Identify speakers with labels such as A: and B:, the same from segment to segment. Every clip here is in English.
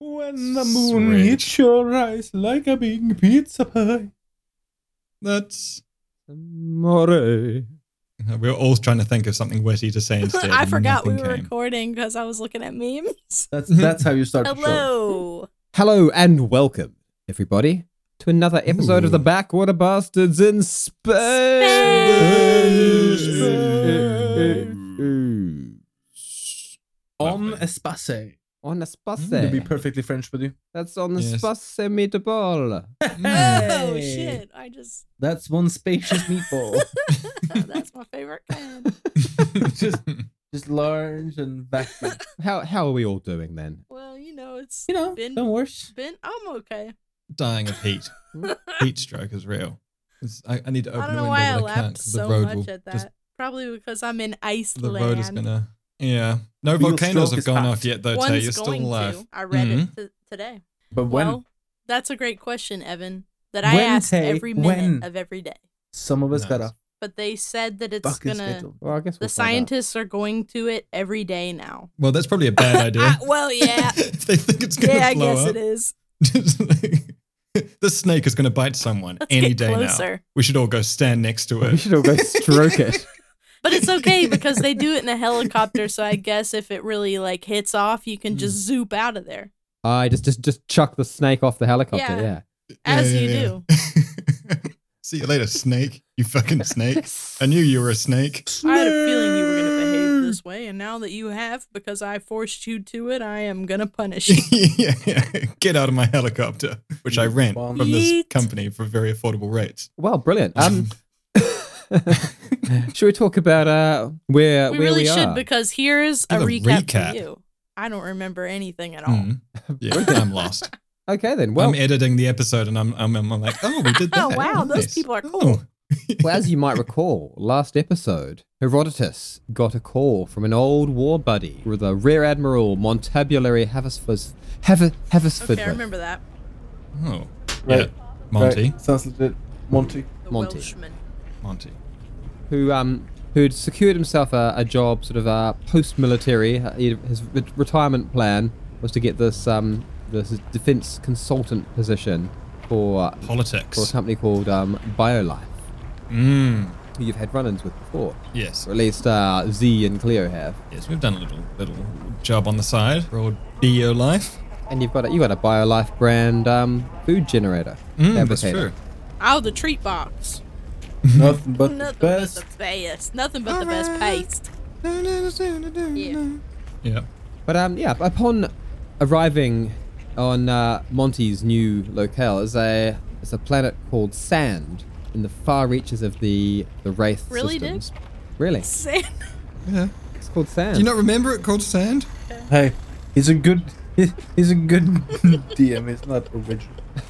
A: When the moon hits your eyes like a big pizza pie.
B: That's.
A: Amore.
B: We were all trying to think of something witty to say instead.
C: I
B: and
C: forgot we
B: nothing
C: were
B: came.
C: recording because I was looking at memes.
D: That's that's how you start. the show.
C: Hello.
A: Hello and welcome, everybody, to another episode
B: Ooh.
A: of the Backwater Bastards in Space.
C: Space.
D: Om espace.
A: On the
D: To be
A: space.
D: perfectly French with you.
A: That's on the
B: Yes.
A: space meatball.
C: Oh shit! I just
D: That's one spacious meatball.
C: that's my favorite kind.
D: just just large and vacuum.
A: How how are we all doing then?
C: Well, you know it's
D: You know,
C: Been-
D: no worse.
C: been. I'm okay.
B: Dying of heat. heat stroke is real. It's- I, I need to open
C: I don't
B: the
C: know
B: window,
C: why I
B: but I can't
C: laughed
B: 'cause the
C: so
B: road
C: much
B: will
C: at that.
B: just
C: Probably because I'm in
B: the road is
C: Iceland.
B: gonna. Yeah. No
D: But your
B: volcanoes
D: stroke
B: have
D: is
B: gone
D: hot.
B: off yet, though. Tay.
C: One's
B: You're still Mm-hmm.
C: going
B: alive.
C: to. I read it t- today.
D: But when
C: Well, that's a great question, Evan. That I
D: When,
C: asked
D: Tay?
C: every minute
D: When?
C: of every day.
D: some of us got
B: Nice.
D: a
C: But they said that it's
D: fucking
C: gonna.
D: schedule.
A: Well, I guess
C: The
A: we'll find out.
C: scientists are going to it every day now.
B: Well, that's probably a bad idea.
C: I- well, Ah, yeah.
B: if they think it's gonna
C: yeah, I
B: blow
C: guess
B: up,
C: it is.
B: Just like- the snake is going to bite someone
C: Let's
B: any
C: get
B: day now.
C: closer.
B: We should all go stand next to
A: We
B: it.
A: should all go stroke it.
C: But it's okay because they do it in a helicopter, so I guess if it really like hits off, you can
B: Mm.
C: just zoop out of there.
A: I just just just chuck the snake off the helicopter.
C: Yeah.
A: Yeah.
C: As you
B: do. See you later, snake. You fucking snake. I knew you were a snake.
C: I had a feeling you were gonna behave this way, and now that you have, because I forced you to it, I am gonna punish you.
B: yeah, yeah. Get out of my helicopter, which I rent
D: Bomb.
B: from this
C: Yeet.
B: company for very affordable rates.
A: Well, brilliant. Um, should we talk about uh where
C: we
A: where
C: really
A: we
C: should
A: are?
C: because here's a
B: Give a
C: recap,
B: recap.
C: for you. I don't remember anything at all.
B: Mm. Yeah, I'm lost.
A: okay then. Well,
B: I'm editing the episode and I'm, I'm, I'm like, oh, we did
C: Oh,
B: that.
C: wow, those
B: Nice.
C: people are
B: Oh.
C: cool.
A: well, as you might recall, last episode, Herodotus got a call from an old war buddy with a Rear Admiral Montabulary Haversford. Haver, Haversford.
C: Okay, I remember that.
B: Oh.
D: Right.
B: Yeah. Monty.
D: Right. Sounds legit. Monty.
C: The
A: Monty.
C: Welshman.
B: Monty.
A: who um who'd secured himself a, a job sort of uh, post military his re- retirement plan was to get this um this defense consultant position for for a
B: Politics.
A: company called um BioLife
B: Mm.
A: who you've had run-ins with before
B: Yes.
A: or at least uh, Z and Cleo have
B: Yes, we've done a little little job on the side for old Bio Life.
A: and you've got a, you got a BioLife brand um food generator
B: Mm, that's
A: fabricator.
B: true.
C: Oh, the treat box.
D: Nothing but the
C: Nothing but
D: best.
C: the best. Nothing but the best paste.
B: Mm-hmm.
C: Yeah.
B: Yeah.
A: But um, yeah, upon arriving on uh, Monty's new locale is a it's a planet called Sand in the far reaches of the the Wraith
C: Really, dude?
A: systems. Really,
C: Sand.
B: Yeah.
A: it's called Sand.
B: Do you not remember it called Sand?
D: Hey, he's a good. he- He's a good DM. It's not original.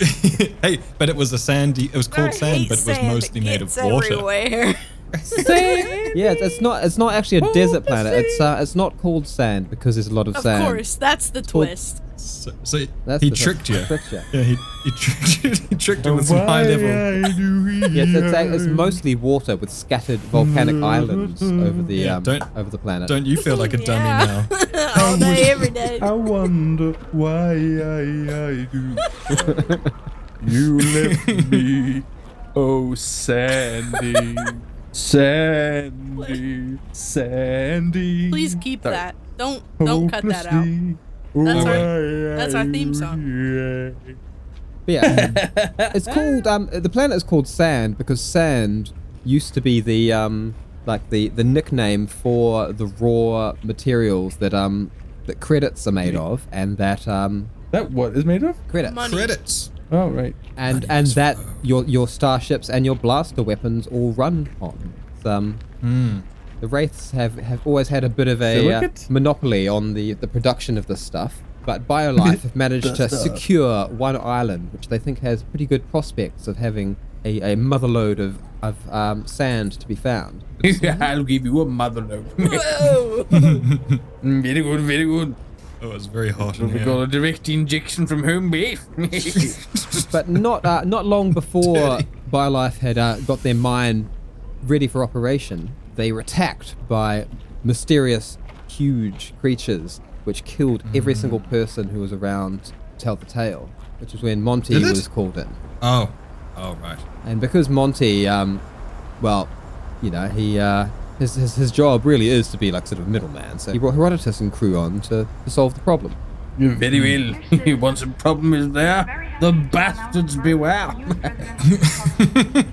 B: hey, but it was a sandy. It was called
C: I
B: sand,
C: hate
B: but it was
C: sand.
B: mostly
C: It
B: made of
C: gets
B: water.
C: Everywhere.
A: yeah, it's, it's not it's not actually a desert planet. It's uh, it's not called Sand because there's a lot of,
C: of
A: sand.
C: course, that's the
A: called-
C: twist.
B: So, so
A: That's
B: he
A: the
B: tricked you.
A: tricked you.
B: Yeah, he, he tricked you. He tricked you with some high level.
A: Yes, it's, a- it's mostly water with scattered volcanic islands over the
B: Yeah,
A: um,
B: don't-
A: over the planet.
B: Don't you feel like a dummy
C: Yeah.
B: now?
C: All day, every day.
D: wonder why I, I do. you left me. Oh, Sandy. Sandy. Sandy.
C: Please keep that. Don't don't cut that out. That's our- that's our theme
D: song.
A: But yeah, it's called um, the planet is called Sand because sand used to be the um, like the, the nickname for the raw materials that um that credits are made of and that um
D: That what is made of?
A: credits
C: Money.
B: Credits.
D: Oh, right.
A: and and that your your starships and your blaster weapons all run on. It's, um, the wraiths have have always had a bit of a uh,
D: Silicate?
A: monopoly on the the production of this stuff. But BioLife have managed to
D: stuff.
A: secure one island, which they think has pretty good prospects of having a, a motherload of, of um, sand to be found.
D: I'll give you a mother load.
C: Whoa.
D: very good, very good.
B: Oh, it's very hot in
D: We
B: here.
D: got a direct injection from home base.
A: But not uh, not long before BioLife had uh, got their mine ready for operation, they were attacked by
B: Mm.
A: mysterious, huge creatures, which killed every single person who was around tell the tale, which is when Monty
B: Did it?
A: was called in.
B: Oh. Oh, right.
A: And because Monty, um, well, you know, he uh, his, his his job really is to be like sort of a middleman. So he brought Herodotus and crew on to, to solve the problem.
D: Very well. Once a problem is there, the bastards beware.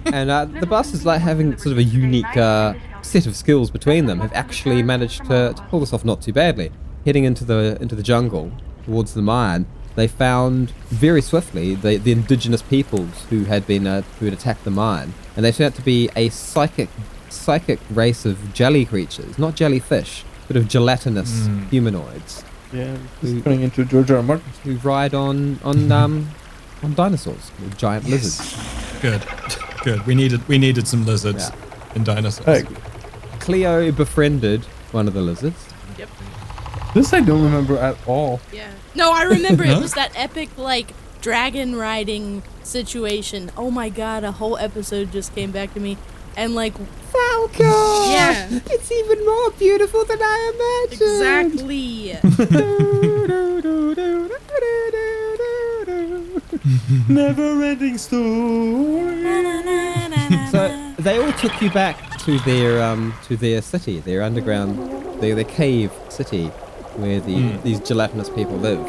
A: and uh, the bastards, like having sort of a unique uh, set of skills between them, have actually managed to, to pull this off not too badly. Heading into the into the jungle towards the mine, they found very swiftly the, the indigenous peoples who had been uh, who had attacked the mine, and they turned out to be a psychic psychic race of jelly creatures, not jellyfish, but of gelatinous humanoids
D: yeah, this is turning into George R. R. Martin.
A: who ride on on um on dinosaurs, or giant lizards.
B: Good. Good. We needed we needed some lizards and dinosaurs.
D: Like,
A: Cleo befriended one of the lizards.
D: this I don't remember at all.
C: Yeah. No, I remember
B: No?
C: it was that epic like dragon riding situation. Oh my god, a whole episode just came back to me. And like
A: Falco!
C: Yeah.
A: It's even more beautiful than I imagined!
C: exactly
D: Never ending story.
A: so they all took you back to their um, to their city, their underground, their, their cave city, where the, these gelatinous people live.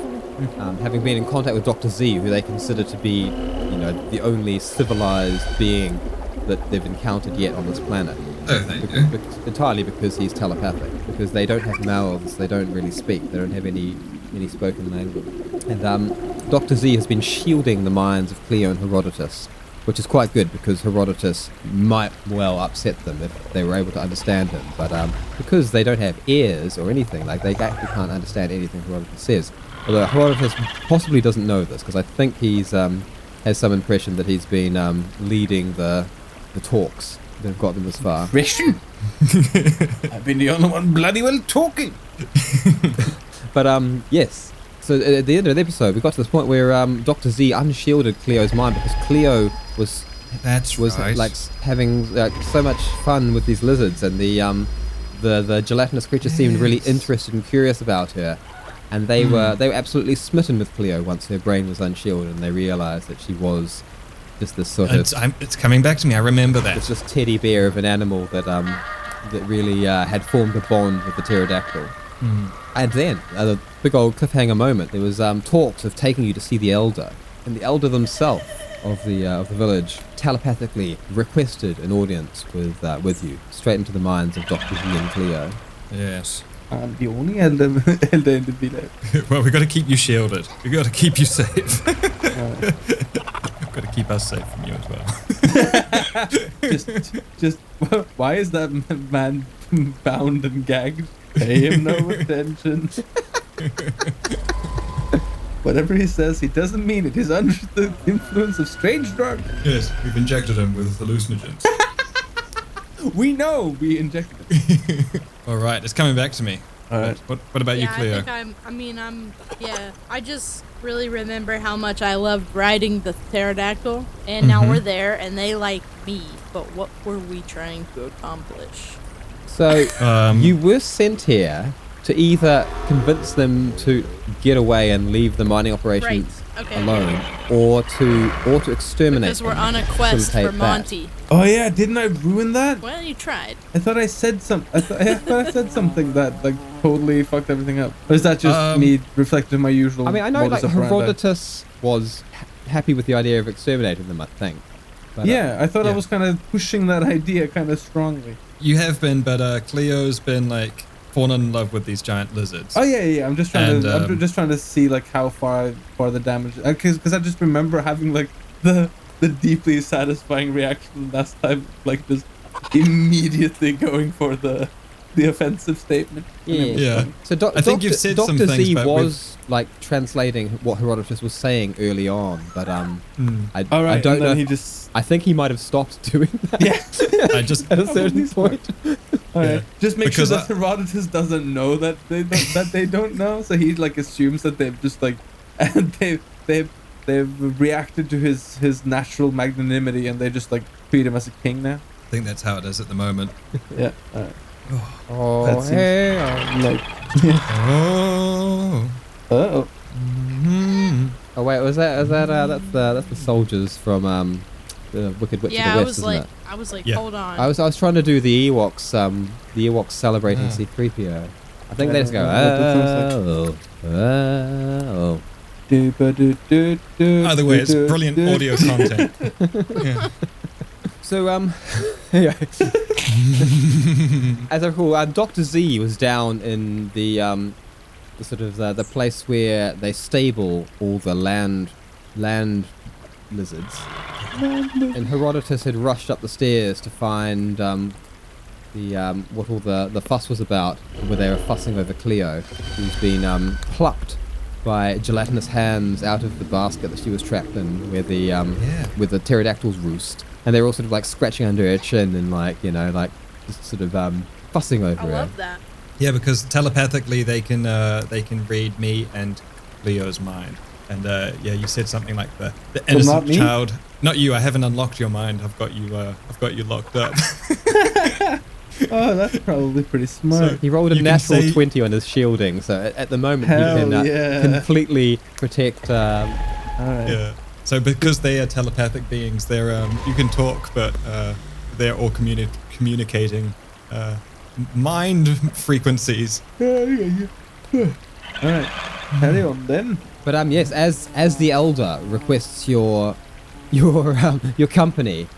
A: Um, having been in contact with Doctor Z, who they consider to be, you know, the only civilized being that they've encountered yet on this planet.
B: Oh, thank
A: Bec- bec- entirely because he's telepathic. Because they don't have mouths, they don't really speak, they don't have any any spoken language. And um, Doctor Z has been shielding the minds of Cleo and Herodotus, which is quite good because Herodotus might well upset them if they were able to understand him. But um, because they don't have ears or anything, like they actually can't understand anything Herodotus says. Although Herodotus possibly doesn't know this because I think he's um, has some impression that he's been um, leading the the talks that have got them this far.
D: Christian, I've been the only one bloody well talking.
A: But um, yes. So at at the end of the episode, we got to this point where um, Doctor Z unshielded Cleo's mind because Cleo was
B: That's
A: was
B: right.
A: like s- having like, so much fun with these lizards, and the um, the the gelatinous creature seemed really interested and curious about her, and they were they were absolutely smitten with Cleo once her brain was unshielded, and they realised that she was just this sort of
B: it's, I'm, it's coming back to me. I remember
A: it's
B: that.
A: this teddy bear of an animal that um that really uh, had formed a bond with the pterodactyl.
B: Hmm.
A: And then, at a big old cliffhanger moment, there was um, talks of taking you to see the elder, and the elder themselves of the uh, of the village telepathically requested an audience with uh, with you, straight into the minds of Doctor Z and Cleo.
B: Yes.
D: I'm the only elder, elder in the village.
B: well, we got to keep you shielded. We got to keep you safe. We've
D: Uh,
B: got to keep us safe from you as well.
D: just, just why is that man bound and gagged? Pay him no attention. Whatever he says, he doesn't mean it. He's under the influence of strange drugs.
B: Yes, we've injected him with hallucinogens.
D: We know we injected it.
B: All right, it's coming back to me.
D: All right.
B: What, what about
C: yeah, I
B: you,
C: think
B: Cleo?
C: I'm. I mean, I'm. Yeah, I just really remember how much I loved riding the pterodactyl, and now
B: Mhm.
C: we're there, and they like me. But what were we trying to accomplish?
A: So
B: um,
A: you were sent here to either convince them to get away and leave the mining operation
C: Right, okay.
A: alone, or to or to exterminate.
C: Because we're
A: them
C: on a
A: and
C: quest
A: facilitate
C: for
A: that.
C: Monty.
D: Oh yeah, didn't I ruin that?
C: Well, you tried.
D: I thought I said some. I, th- I thought I said something that like totally fucked everything up. Or is that just
B: Um,
D: me reflecting my usual?
A: I mean, I know
D: modus
A: like
D: operandi?
A: Herodotus was ha- happy with the idea of exterminating them. I think. But, uh,
D: Yeah, I thought I
B: yeah.
D: was kind of pushing that idea kind of strongly.
B: You have been, but uh, Cleo's been like fallen in love with these giant lizards.
D: Oh yeah, yeah. yeah, I'm just trying
B: And,
D: to. I'm
B: um,
D: just trying to see like how far far the damage. Because because I just remember having like the the deeply satisfying reaction last time, like just immediately going for the the offensive statement. And it
A: Yeah.
D: was
B: Yeah.
D: funny.
A: So doc-
B: I think
A: Doctor,
B: you've said
A: Doctor
B: some things,
A: Z
B: but we've-
A: was like translating what Herodotus was saying early on, but um,
B: Hmm.
A: I,
D: All Oh, right.
A: I don't
D: and
A: know.
D: then
A: if-
D: he just.
A: I think he might have stopped doing that
D: Yeah.
B: I just
A: at a
D: Oh,
A: certain
D: he's smart.
A: point.
D: All right.
B: Yeah.
D: Just make
B: Because
D: sure that
B: I-
D: Herodotus doesn't know that they don't, that they don't know. So he like assumes that they've just like and they they they've reacted to his his natural magnanimity and they just like treat him as a king now.
B: think that's how it is at the moment.
D: Yeah. All right.
A: Oh, um,
D: That seems-
A: hell.
D: Like
B: Oh.
D: oh
B: Mhm.
A: Oh wait, was that? Is that? Uh, that's the that's the soldiers from um, the Wicked Witch
C: yeah,
A: of the West,
C: I was
A: isn't
C: like,
A: it?
C: I was like,
B: Yeah.
C: hold on.
A: I was I was trying to do the Ewoks um the Ewoks celebrating
B: Ah.
A: C-3PO. I think they just go
D: Yeah, that
A: oh, oh, oh.
D: Either
B: Either way, it's brilliant audio content. Yeah.
A: So um, yeah. as I recall, uh, Doctor Z was down in the um, the sort of uh, the, the place where they stable all the land land lizards. And Herodotus had rushed up the stairs to find um, the um, what all the, the fuss was about, where they were fussing over Cleo, who's been um, plucked by gelatinous hands out of the basket that she was trapped in, where the um,
B: Yeah.
A: where the pterodactyls roost, and they were all sort of like scratching under her chin and like you know like just sort of um, fussing over
C: I
A: her.
C: love that.
B: Yeah, because telepathically they can uh, they can read me and Leo's mind. And uh, yeah, you said something like the the innocent
D: not me?
B: child. Not you. I haven't unlocked your mind. I've got you. Uh, I've got you locked up.
D: Oh, that's probably pretty smart.
A: He rolled a
B: You can
A: natural
B: say-
A: 20 on his shielding, so at, at the moment
D: Hell
A: he can uh,
D: yeah.
A: completely protect. Um,
D: All right.
B: yeah. So because they are telepathic beings, they're um, you can talk, but uh, they're all communi- communicating uh, mind frequencies.
D: Yeah, yeah, yeah. All right. Carry on then.
A: But um, yes, as as the elder requests your your um, your company,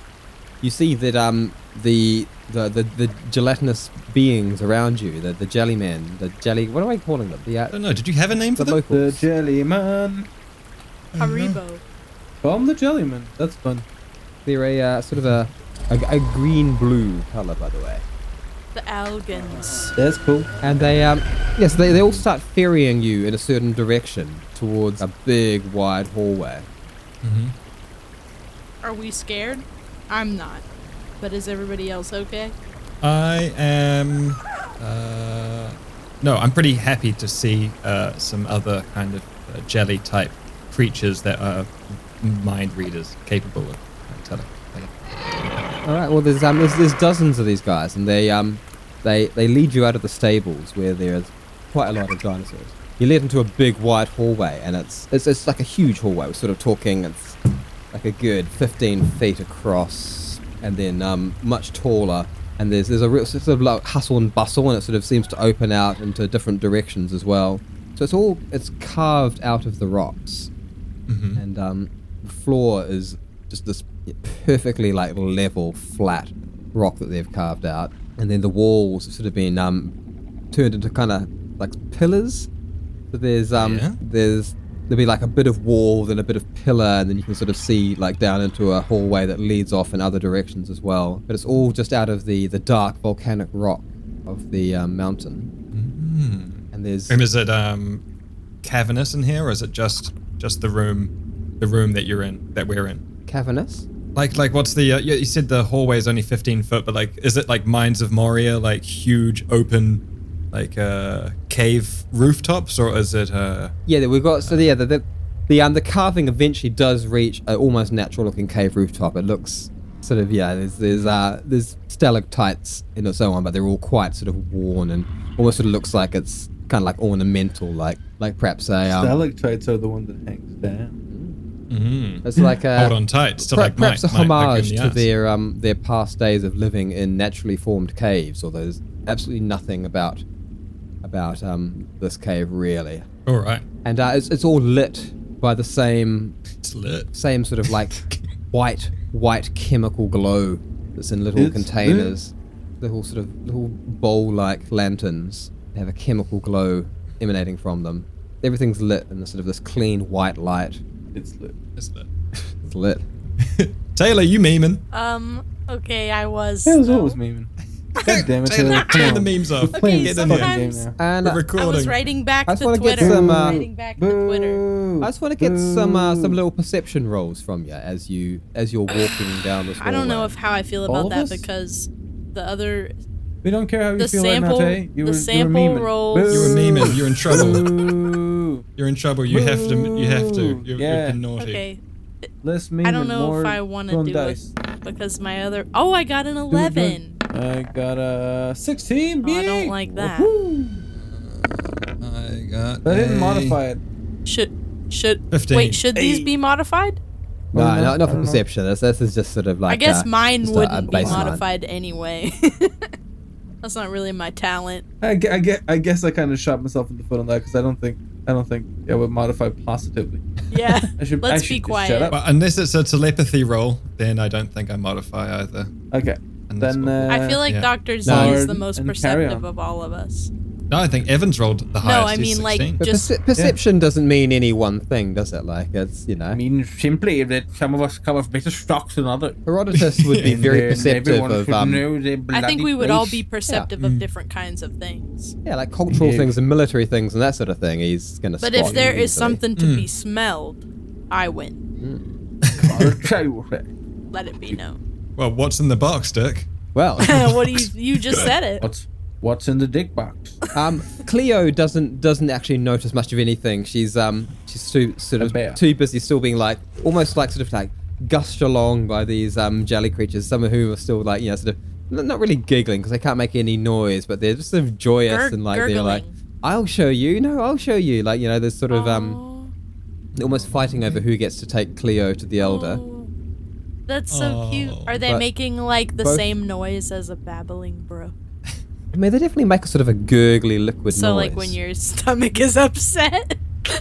A: you see that um the the, the, the gelatinous beings around you, the the jelly men, the jelly. What am I calling them? The
B: I
A: uh,
B: don't know. Did you have a name for
A: the
B: them?
D: The
A: locals.
D: Jelly Man.
C: Haribo.
D: Call him the Jelly Man. That's fun.
A: They're a uh, sort of a, a a green blue color, by the way.
C: The Algans.
D: That's cool.
A: And they um yes, they, they all start ferrying you in a certain direction towards a big wide hallway.
B: hmm
C: Are we scared? I'm not. But is everybody else okay?
B: I am. Uh, no, I'm pretty happy to see uh, some other kind of uh, jelly type creatures that are mind readers capable of uh, tele- like,
A: All right. Well, there's um, there's, there's dozens of these guys, and they um, they they lead you out of the stables where there's quite a lot of dinosaurs. You lead into a big wide hallway, and it's it's, it's like a huge hallway. We're sort of talking. It's like a good 15 feet across, and then um, much taller. And there's there's a real sort of like hustle and bustle, and it sort of seems to open out into different directions as well. So it's all it's carved out of the rocks
B: mhm.
A: and um, the floor is just this perfectly like level flat rock that they've carved out and then the walls have sort of been um, turned into kind of like pillars so there's um
B: Yeah.
A: there's there'll be like a bit of wall then a bit of pillar and then you can sort of see like down into a hallway that leads off in other directions as well but it's all just out of the the dark volcanic rock of the um, mountain and there's
B: Um, Is it um, cavernous in here, or is it just just the room, the room that you're in, that we're in?
A: cavernous
B: Like, like, what's the? Uh, you, you said the hallway is only 15 foot, but like, is it like Mines of Moria, like huge open, like uh, cave rooftops, or is it? Uh,
A: Yeah, that we've got. So yeah, the the, the um the carving eventually does reach an almost natural looking cave rooftop. It looks sort of yeah. There's there's uh there's stalactites and so on, but they're all quite sort of worn and almost sort of looks like it's kind of like ornamental, like like perhaps a um.
D: Stalactites are the one that hangs down.
B: mhm.
A: It's like
C: Uh,
A: a.
B: Hold on tight. Still
A: per-
B: like Mike.
A: perhaps a
B: Mike, like
A: homage
B: in the
A: to
B: ass.
A: their um their past days of living in naturally formed caves, although there's absolutely nothing about about um this cave really,
B: All right.
A: and uh, it's it's all lit by the same
B: It's lit.
A: same sort of like white white chemical glow that's in little
D: It's
A: containers little sort of little bowl like lanterns they have a chemical glow emanating from them everything's lit in the sort of this clean white light
D: It's lit.
B: It's lit.
A: it's lit
B: Taylor, you memeing?
C: Um, okay, I was.
D: That was
C: though.
D: always memeing. God damn it,
B: Taylor,
D: Taylor. come
B: turn the
D: on.
B: memes off.
D: We're
C: Okay,
D: playing
B: Oh. Get
D: this
B: in
D: fucking
B: there.
D: game
C: sometimes-
D: now.
A: and
B: We're
C: I
A: uh,
C: was
B: recording.
C: writing back to
A: I just wanna
C: Twitter.
A: get
D: some, uh,
C: writing back to Twitter.
A: I just want to get some uh, some little perception rolls from you as you as you're walking down this.
C: I don't know
A: hallway.
C: if how I feel
D: All
C: about
D: of
C: that
D: us?
C: because the other
D: We don't care how you
C: The
D: feel right
C: sample-
D: now, Tay.
C: the
D: You were,
C: sample
D: you were memeing.
C: rolls-
B: You were memeing. You're in trouble.
D: Boo.
B: You're in trouble. You have to. You have to.
D: Boo.
B: You're,
D: Yeah.
B: you've been naughty.
C: okay
D: Less memeing.
C: I don't know
D: more
C: if I want to
D: thrown
C: do
D: dice.
C: it because my other oh I got an
D: Do it, do it.
C: eleven.
D: I got a 16.
C: Oh, I don't
D: big.
C: like that.
D: Woohoo.
B: I got.
D: I didn't
B: a-
D: modify it.
C: Should Should
B: 15.
C: wait? Should these
D: Hey.
C: be modified?
A: No,
D: Well, no,
A: not, not
D: I
A: for
D: don't know.
A: perception. This, this is just sort of like.
C: I guess
A: uh,
C: mine
A: just a- a
C: wouldn't be
A: baseline.
C: modified anyway. That's not really my talent.
D: I, gue- I, gue- I guess I kind of shot myself in the foot on that because I don't think I don't think it would modify positively.
C: Yeah.
D: I should.
C: Let's
D: I should
C: be
D: just
C: quiet.
D: Shut up.
B: Well, unless it's a telepathy roll, then I don't think I modify either.
D: Okay.
B: And that's
D: Then
B: what-
D: uh,
C: I feel like
B: yeah.
C: Dr. Z
A: No,
C: is the
D: and-
C: most
D: and carry
C: perceptive
D: on.
C: of all of us.
B: no, I think Evans rolled the highest.
C: No, I
B: he's
C: mean, like,
B: 16.
A: But
C: Just-
A: perce- perception doesn't mean any one thing, does it? Like, it's, you know.
D: I mean simply that some of us come of better stocks than others.
A: Herodotus would be
D: And
A: very
D: then
A: perceptive
D: everyone
A: of,
D: should
A: um,
D: know their
C: I think
D: bloody
C: we would all be
D: place.
C: perceptive
D: Mm.
C: of different kinds of things.
A: yeah, like cultural
D: Yeah.
A: things and military things and that sort of thing. He's going to
C: But if there is something to be smelled, I win. Let it be known.
B: well, what's in the box, Dick?
A: Well,
C: what do you you just said it.
D: What's what's in the dick box?
A: um, Cleo doesn't doesn't actually notice much of anything. She's um she's too sort
D: A
A: of
D: bear.
A: too busy still being like almost like sort of like gushed along by these um jelly creatures, some of whom are still like you know sort of n- not really giggling because they can't make any noise, but they're just sort of joyous
C: Gur-
A: and like they're like
C: gurgling.
A: I'll show you, no, I'll show you, like you know there's sort of
C: Oh.
A: um almost fighting over who gets to take Cleo to the elder.
C: Oh, That's so cute.
B: Oh.
C: Are they
A: But
C: making like the
A: both-
C: same noise as a babbling brook?
A: I mean they definitely make a sort of a gurgly liquid
C: So
A: noise.
C: like when your stomach is upset.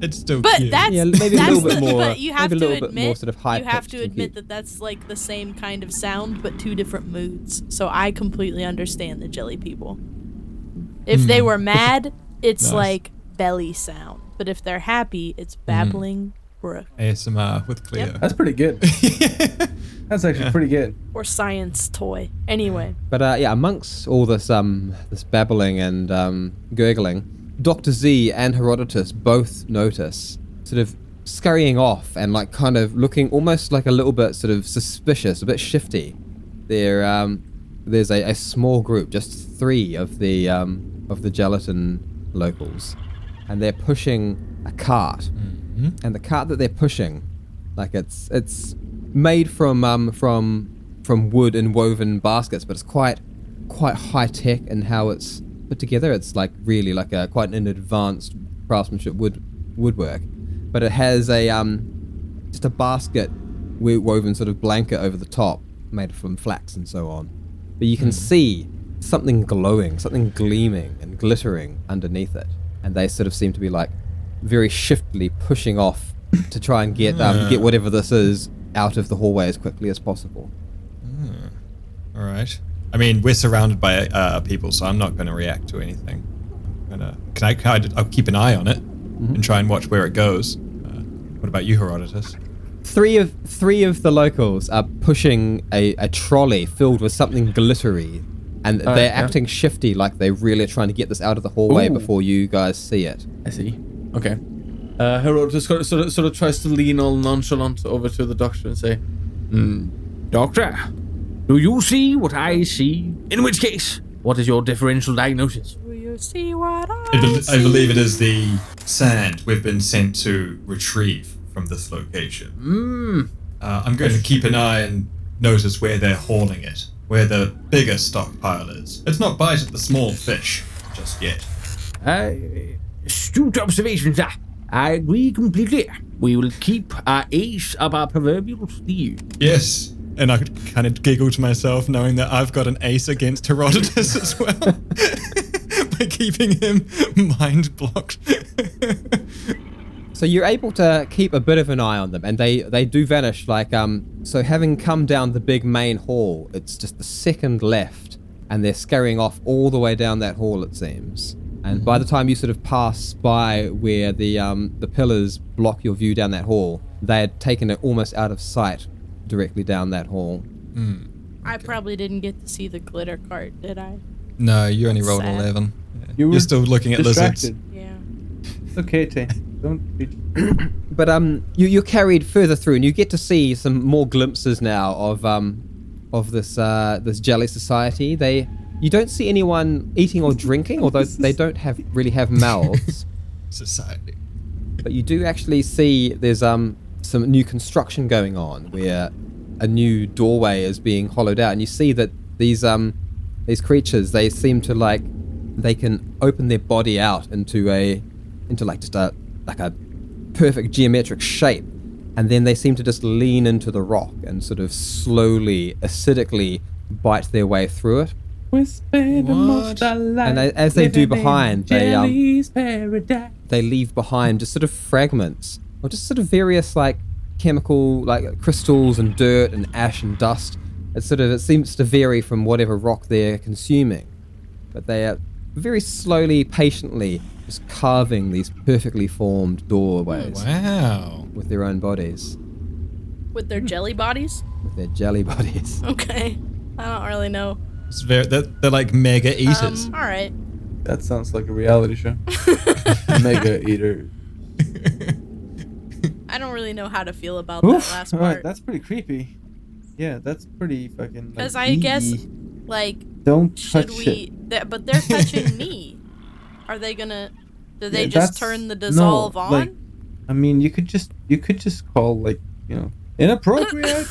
B: It's still
C: But
B: cute.
C: that's
A: Yeah, maybe a
C: that's
A: little bit
C: the-
A: more-
C: But you have
A: maybe a
C: to
A: little bit
C: admit,
A: more sort of
C: you have
A: high-pitched
C: to
A: and
C: admit
A: cute.
C: that that's like the same kind of sound, but two different moods. So I completely understand the jelly people. If they
A: Hmm.
C: were mad, it's
B: Nice.
C: like belly sound. But if they're happy, it's
A: Hmm.
C: babbling brook
B: ASMR with Cleo.
D: That's pretty good. That's actually pretty good.
C: or science toy. Anyway,
A: But uh, yeah, amongst all this um, this babbling and um, gurgling, Doctor Z and Herodotus both notice, sort of scurrying off and like kind of looking almost like a little bit sort of suspicious, a bit shifty. There, um, there's a, a small group, just three of the um, of the gelatin locals, and they're pushing a cart
B: Mhm.
A: and the cart that they're pushing, like it's it's made from um from from wood and woven baskets, but it's quite quite high tech in how it's put together. It's like really like a quite an advanced craftsmanship wood woodwork, but it has a um just a basket wo- woven sort of blanket over the top, made from flax and so on. But you can
D: Hmm.
A: see something glowing, something gleaming and glittering underneath it, and they sort of seem to be like very shiftily pushing off to try and get
D: Hmm.
A: um, get whatever this is out of the hallway as quickly as possible.
B: All right. I mean, we're surrounded by uh, people, so I'm not going to react to anything. I'm gonna, can I? Can I will keep an eye on it and try and watch where it goes. Uh, what about you, Herodotus?
A: Three of three of the locals are pushing a, a trolley filled with something glittery, and
D: Oh,
A: they're
D: yeah.
A: acting shifty, like they really are trying to get this out of the hallway
D: Ooh.
A: before you guys see it.
D: I see. Okay. Uh, Herodotus sort of, sort, of, sort of tries to lean all nonchalant over to the doctor and say, "Hmm, Doctor, do you see what I see? In which case, what is your differential diagnosis?
C: will you see what I,
B: I, bel I
C: see?
B: believe it is the sand we've been sent to retrieve from this location. Uh, I'm going to keep an eye and notice where they're hauling it, where the bigger stockpile is. Let's not bite at the small fish just yet.
D: Uh,
E: Eh,
D: astute observation, sir. I agree completely. We will keep our ace up our proverbial sleeve.
B: Yes. And I could kind of giggle to myself knowing that I've got an ace against Herodotus as well. By keeping him mind blocked.
A: So you're able to keep a bit of an eye on them, and they they do vanish. Like um, so having come down the big main hall, it's just the second left, and they're scurrying off all the way down that hall. It seems, and by the time you sort of pass by where the um the pillars block your view down that hall, they had taken it almost out of sight, directly down that hall.
C: I probably didn't get to see the glitter cart, did I?
B: no, you only
C: rolled Sad. 11.
D: You
B: You
D: were
B: are still looking at lizards.
C: Yeah.
D: It's okay, Tay. Don't be.
A: But um, you, you're carried further through, and you get to see some more glimpses now of um, of this uh, this jelly society. They you don't see anyone eating or drinking, although they don't have really have mouths.
B: Society.
A: but you do actually see there's um some new construction going on where a new doorway is being hollowed out, and you see that these um these creatures they seem to like they can open their body out into a into like just a like a perfect geometric shape, and then they seem to just lean into the rock and sort of slowly, acidically bite their way through it.
D: Whispered amongst the light,
A: And a- as they do
D: living in
A: behind, they, um,
D: Jelly's paradise.
A: they leave behind just sort of fragments or just sort of various like chemical like crystals and dirt and ash and dust it sort of it seems to vary from whatever rock they're consuming but they are very slowly patiently just carving these perfectly formed doorways
B: Wow.
A: with their own bodies
C: With their jelly bodies?
A: with their jelly bodies
C: Okay. I don't really know.
B: It's very, they're, they're like mega eaters.
C: Um, all right.
D: That sounds like a reality show. Mega eater.
C: I don't really know how to feel about
D: Oof.
C: that last
D: All right,
C: part.
D: that's pretty creepy. Yeah, that's pretty fucking. like,
C: Because I guess,
D: eee.
C: like,
D: don't
C: should
D: touch
C: we?
D: it.
C: Th- but they're touching me. Are they gonna? Do they
D: Yeah, that's-
C: just turn the
D: no,
C: dissolve on?
D: like- I mean, you could just you could just call like you know inappropriate.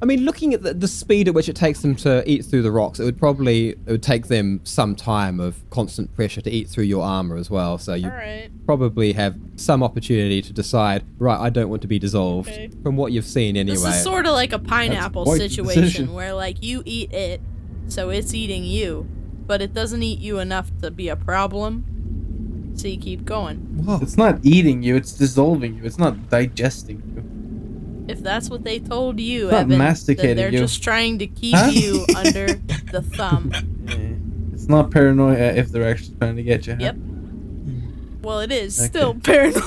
A: i mean looking at the, the speed at which it takes them to eat through the rocks it would probably it would take them some time of constant pressure to eat through your armor as well so you
C: all right.
A: probably have some opportunity to decide, right, I don't want to be dissolved.
C: Okay.
A: From what you've seen anyway.
C: This is sort of like a pineapple
D: quite the
C: situation
D: decision.
C: where, like, you eat it, so it's eating you, but it doesn't eat you enough to be a problem. So you keep going.
B: Whoa.
D: it's not eating you; it's dissolving you. It's not digesting you.
C: If that's what they told you,
D: Not
C: Evan, then
D: masticating
C: they're
D: you.
C: just trying to keep
D: Huh?
C: you under the thumb.
D: Eh, It's not paranoia if they're actually trying to get you. huh?
C: Yep. Well, it is
D: Okay.
C: still paranoid.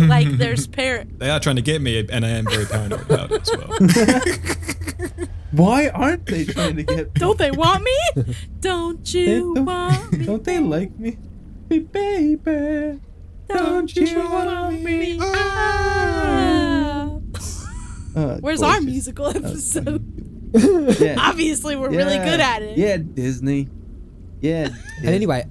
C: like, there's par.
B: They are trying to get me, and I am very paranoid about it as well.
D: Why aren't they trying to get?
C: Don't they want me? Don't
D: They
C: you
D: don't-
C: want me?
D: Don't they like me, Hey, baby? Don't you want me?
C: Ah.
D: Uh,
C: Where's our
D: gorgeous.
C: musical episode?
D: Yeah.
C: Obviously, we're really
D: Yeah.
C: good at it.
D: Yeah, Disney. Yeah.
A: and anyway,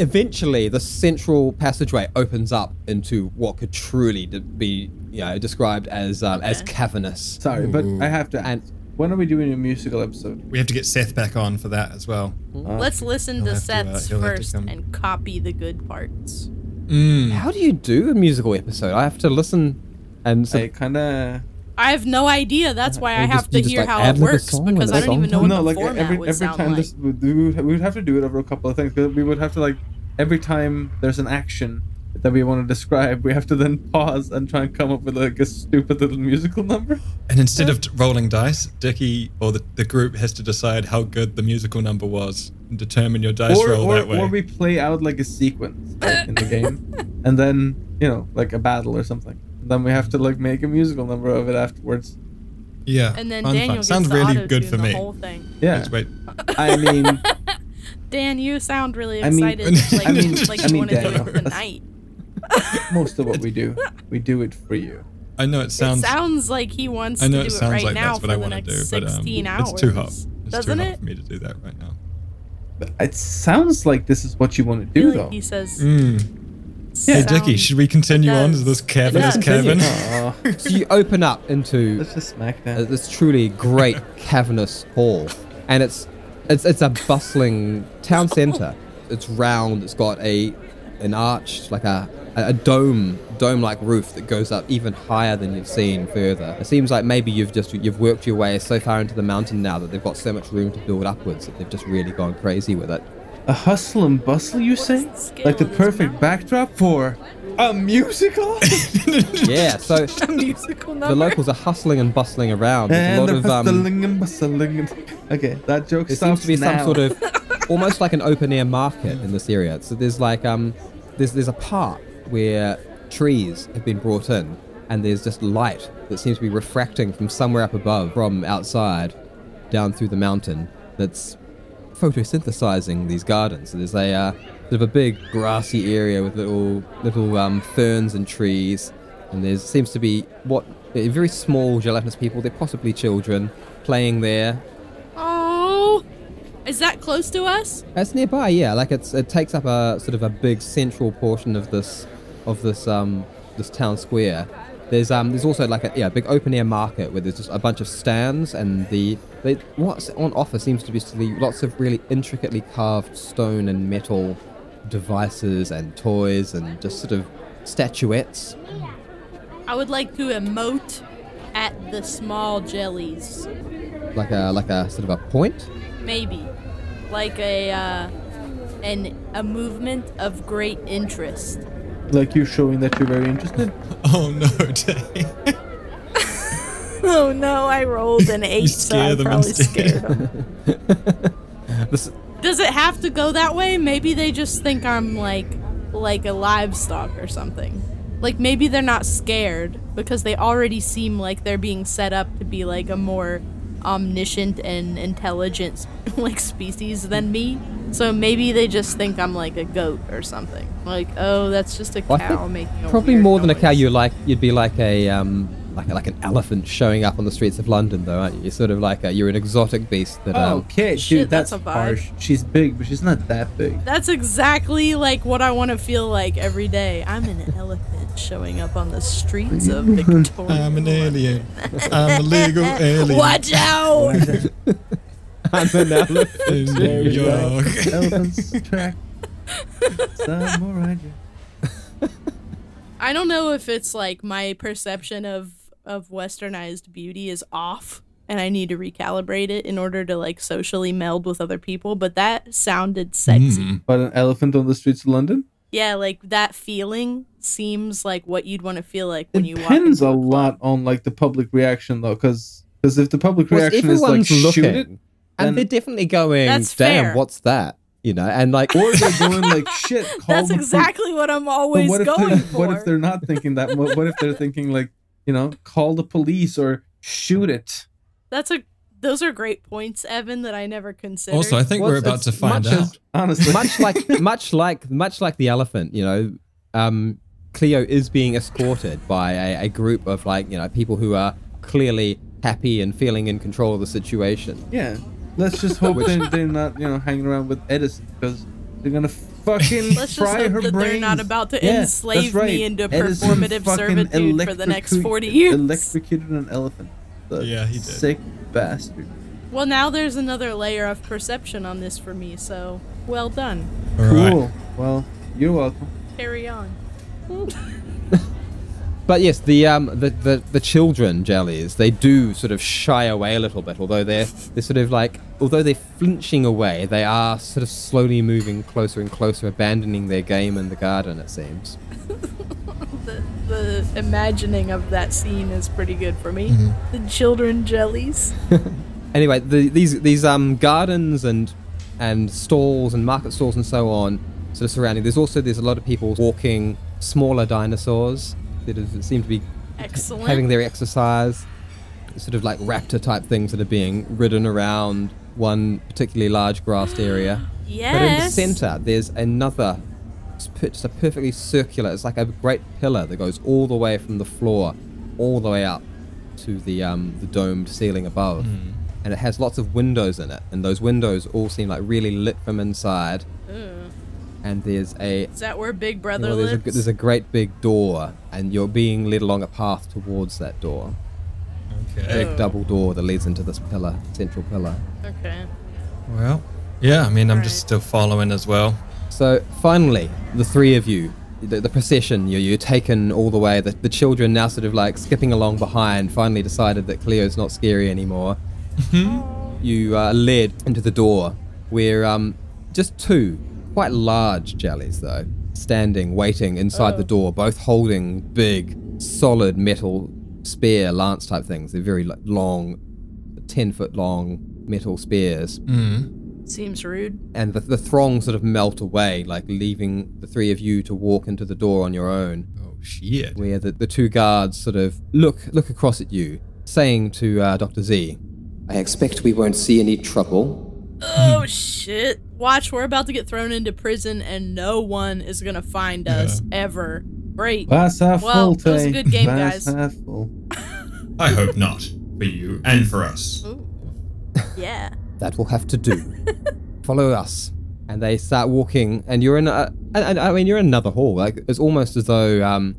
A: eventually the central passageway opens up into what could truly de- be you know, described as um, as
C: Okay.
A: cavernous.
D: Sorry, but
B: Ooh.
D: I have to.
A: And-
D: ask. when are we doing a musical episode?
B: We have to get Seth back on for that as well.
D: Uh,
C: Let's listen
B: You'll
C: to
B: have to, uh,
C: Seth's
B: you'll have to
C: first
B: come.
C: and copy the good parts.
B: Mm.
A: How do you do a musical episode? I have to listen and so,
D: I kind of
C: I have no idea.
D: Uh,
C: That's why
A: you
C: I
A: just-
C: have to
A: you just,
C: hear
A: like,
C: how it
A: ad-lib a
C: works
A: song
C: because
A: and
C: I
A: a
C: don't even know what
A: song.
D: no,
C: the
D: like
C: format
D: every
C: would
D: every
C: sound
D: time
C: like.
D: this we would, we would have to do it over a couple of things because we would have to like every time there's an action that we want to describe, we have to then pause and try and come up with like a stupid little musical number.
B: And instead of t- rolling dice, Dickie or the, the group has to decide how good the musical number was and determine your dice
D: or,
B: roll
D: or,
B: that way.
D: or we play out like a sequence like, in the game and then you know like a battle or something then we have to like make a musical number of it afterwards
B: yeah.
C: And then
B: fun,
C: Daniel
B: fun.
C: gets
B: sounds
C: the
B: really good for
C: auto-tune the
B: me.
C: whole thing.
D: yeah
B: Wait,
D: i mean
C: Dan, you sound really
D: I mean-
C: excited, like,
B: I mean-
C: like
B: I
C: you
B: mean,
C: want to do it
D: Daniel,
C: for the
D: that's-
C: night.
D: most of what we do we do it for you
B: I know it sounds.
C: it sounds like he wants
B: I know
C: to
B: it
C: do it,
B: sounds
C: right
B: like
C: now
B: that's
C: for
B: what I
C: the
B: want to
C: next
B: do, but um,
C: 16 hours.
B: it's too hot. It's
C: doesn't
B: too
C: it?
B: hot for me to do that right now.
D: But it sounds like this is what you want to
C: I
D: do
C: feel
D: though
C: like he says.
B: Mm.
D: Yeah.
B: Hey,
C: sound-
B: Dickie, should we continue on to
C: does.
B: this
C: It
B: cavernous
C: does.
B: cavern?
D: Aw,
A: so you open up into
D: let's just smack
A: uh,
D: that
A: this truly great cavernous hall, and it's it's it's a bustling town centre. It's round. It's got a an arch, like a a dome dome like roof that goes up even higher than you've seen further. It seems like maybe you've just you've worked your way so far into the mountain now that they've got so much room to build upwards that they've just really gone crazy with it.
D: a hustle and bustle you
C: What's
D: say
C: the scale
D: like the
C: of this
D: perfect
C: mountain?
D: backdrop for a musical
A: Yeah, so
C: A musical number.
A: the locals are hustling and bustling around. There's
D: and
A: a lot
D: the
A: of um,
D: hustling and bustling and... okay that joke
A: There
D: stops
A: seems to be
D: now.
A: some sort of almost like an open air market in this area. So there's like um there's there's a park where trees have been brought in and there's just light that seems to be refracting from somewhere up above from outside down through the mountain that's photosynthesizing these gardens. So there's a uh, sort of a big grassy area with little little um, ferns and trees, and there seems to be what they're very small gelatinous people. They're possibly children playing there.
C: Oh, is that close to us?
A: It's nearby, yeah. Like it's it takes up a sort of a big central portion of this of this um this town square, There's um there's also like a yeah big open air market where there's just a bunch of stands and the they, what's on offer seems to be s- the- lots of really intricately carved stone and metal devices and toys and just sort of statuettes.
C: I would like to emote at the small jellies.
A: like a like a sort of a point.
C: Maybe. Like a uh, an a movement of great interest.
D: Like you showing that you're very interested.
B: Oh no, Dave.
C: Oh no, I rolled an eight, so
B: scare
C: I
B: them
C: probably
B: instead.
C: scared them.
A: This
C: Does it have to go that way? Maybe they just think I'm like like a livestock or something. Like maybe they're not scared because they already seem like they're being set up to be like a more omniscient and intelligent like species than me. So maybe they just think I'm like a goat or something. Like, oh, that's just a
A: well, I
C: cow
A: think
C: making a
A: probably
C: weird
A: more than a cow.
C: noise.
A: You like you'd be like a um like like an elephant showing up on the streets of London, though, aren't you? You're sort of like a, you're an exotic beast
B: Oh,
A: that. Um,
D: okay,
C: Oh, shit,
D: dude, that's,
C: that's a vibe.
D: harsh. She's big, but she's not that big.
C: That's exactly like what I want to feel like every day. I'm an elephant showing up on the streets of Victoria.
B: I'm an alien. I'm a legal alien.
C: Watch out!
A: I'm an elephant.
B: In
D: Very
B: New York.
D: Elephants track. Samurai. Jack.
C: I don't know if it's like my perception of of westernized beauty is off and I need to recalibrate it in order to like socially meld with other people, but that sounded sexy.
B: Mm.
D: But an elephant on the streets of London
C: Yeah, like that feeling seems like what you'd want to feel like when you walk
D: depends
C: into
D: a
C: club.
D: lot on like the public reaction though, because because if the public
A: Well,
D: reaction is like
A: everyone's
D: shoot
A: looking,
D: it, then-
A: and they're definitely going.
C: That's
A: Damn,
C: fair.
A: what's that? You know, and like
D: or they're going like shit. Call
C: That's
D: the police.
C: exactly what I'm always
D: what if they're-
C: going for.
D: What if they're not thinking that? What, what if they're thinking like, you know, call the police or shoot it?
C: That's a those are great points, Evan, that I never considered.
B: Also, I think we're
A: What's-
B: about to
A: it's
B: find
A: much as-
B: out.
D: Honestly,
A: much like much like much like the elephant, you know, um, Cleo is being escorted by a, a group of like you know people who are clearly happy and feeling in control of the situation.
D: yeah. Let's just hope they're, they're not, you know, hanging around with Edison because they're gonna fucking
C: Let's just
D: fry
C: hope
D: her
C: that they're not
D: brains.
C: about to
D: Yeah, that's
C: enslave
D: right.
C: me into
D: Edison
C: performative
D: fucking
C: servitude for the next
D: electrocu-
C: 40 years.
D: Electrocuted an elephant. The
B: Yeah, he did.
D: Sick bastard.
C: well, now there's another layer of perception on this for me, so well done.
B: All right.
D: Cool. Well, you're welcome.
C: Carry on.
A: But yes, the um the, the, the children jellies they do sort of shy away a little bit, although they're they're sort of like although they're flinching away, they are sort of slowly moving closer and closer, abandoning their game in the garden. It seems.
C: The, the imagining of that scene is pretty good for me.
A: Mm-hmm.
C: The children jellies.
A: anyway, the, these these um gardens and and stalls and market stalls and so on sort of surrounding. There's also there's a lot of people walking smaller dinosaurs that is- seem to be
C: Excellent.
A: having their exercise, sort of like raptor type things that are being ridden around one particularly large grassed area. But in the
C: yes.
A: center, there's another. It's per- just a perfectly circular. It's like a great pillar that goes all the way from the floor, all the way up to the um, the domed ceiling above, and it has lots of windows in it. And those windows all seem like really lit from inside.
C: Ugh.
A: And there's a
C: Is that where Big
A: you
C: Brother
A: know, there's a
C: lives?
A: g- there's a great big door, and you're being led along a path towards that door.
B: Okay.
A: Big double door that leads into this pillar, central pillar.
C: okay.
B: Well, yeah. I mean, I'm just
C: Right.
B: still following as well.
A: So finally, the three of you, the, the procession, you, you're taken all the way. The, the children now sort of like skipping along behind, finally decided that Cleo's not scary anymore. you are led into the door where um, just two quite large jellies, though, standing, waiting inside the door, both holding big, solid metal spear lance type things. They're very like, long, 10 foot long metal spears
B: Mm.
C: Seems rude.
A: and the, the throng sort of melt away, like leaving the three of you to walk into the door on your own,
B: Oh shit.
A: where the, the two guards sort of look look across at you, saying to uh, Doctor Z, "I expect we won't see any trouble."
C: Oh shit. Watch, we're about to get thrown into prison and no one is gonna find us ever. Great.
D: Pasa
C: Well, it was a
D: fulte.
C: good game,
D: Pasa
C: guys.
D: full.
F: I hope not. For you and for us.
C: Ooh. Yeah.
A: That will have to do. Follow us, and they start walking, and you're in a, and, and I mean you're in another hall. Like it's almost as though um,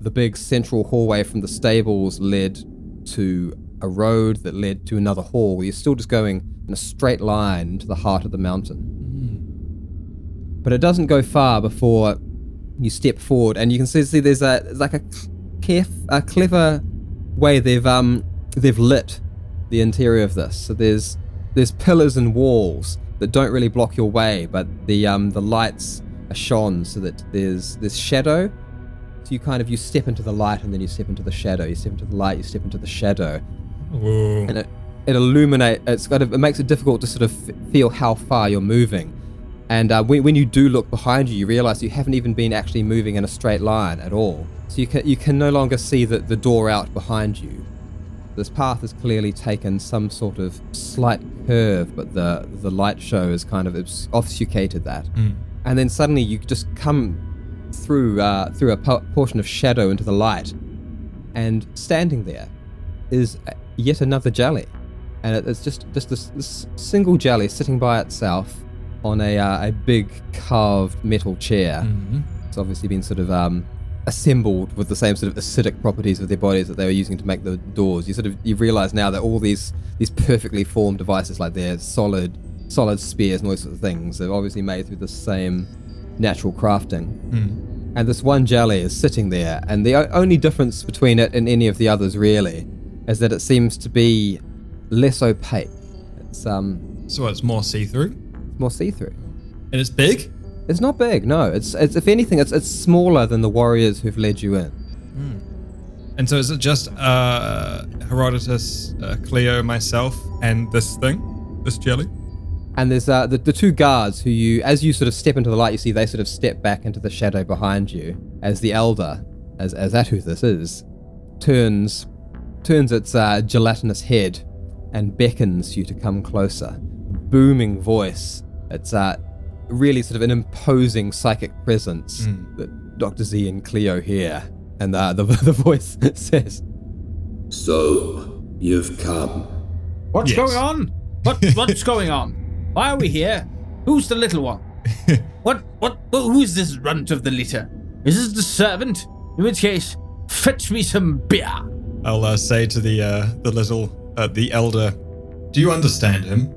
A: the big central hallway from the stables led to a road that led to another hall. You're still just going in a straight line into the heart of the mountain. But it doesn't go far before you step forward, and you can see, see there's a there's like a clef, a clever way they've um they've lit the interior of this. So there's there's pillars and walls that don't really block your way, but the um the lights are shone so that there's there's shadow. So you kind of you step into the light and then you step into the shadow. You step into the light, you step into the shadow,
B: Whoa.
A: and it it illuminate. It's kind of it makes it difficult to sort of f- feel how far you're moving. And uh, when, when you do look behind you, you realize you haven't even been actually moving in a straight line at all. So you can, you can no longer see the, the door out behind you. This path has clearly taken some sort of slight curve, but the, the light show has kind of obs- obfuscated that. And then suddenly you just come through, uh, through a po- portion of shadow into the light. And standing there is uh, yet another jelly, and it- it's just just this, this single jelly sitting by itself on a uh, a big carved metal chair. It's obviously been sort of um, assembled with the same sort of acidic properties of their bodies that they were using to make the doors. You sort of you realize now that all these these perfectly formed devices, like they're solid solid spears and all those sort of things, they're obviously made through the same natural crafting and this one jelly is sitting there and the o- only difference between it and any of the others really is that it seems to be less opaque it's um
B: So it's more see through?
A: more see-through
B: And it's big?
A: it's not big no it's, it's if anything it's, it's smaller than the warriors who've led you in
B: And so is it just uh, Herodotus, uh, Cleo, myself, and this thing? This jelly?
A: and there's uh, the, the two guards who you as you sort of step into the light you see they sort of step back into the shadow behind you as the elder as as that who this is turns turns its uh, gelatinous head and beckons you to come closer booming voice it's uh, really sort of an imposing psychic presence that dr z and cleo hear and uh, the, the voice says
G: So, you've come.
E: What's
B: Yes.
E: going on? What what's going on? Why are we here? Who's the little one? what what wh- who is this runt of the litter? Is this the servant? In which case, fetch me some beer.
B: I'll uh, say to the uh, the little uh, the elder, do you understand him?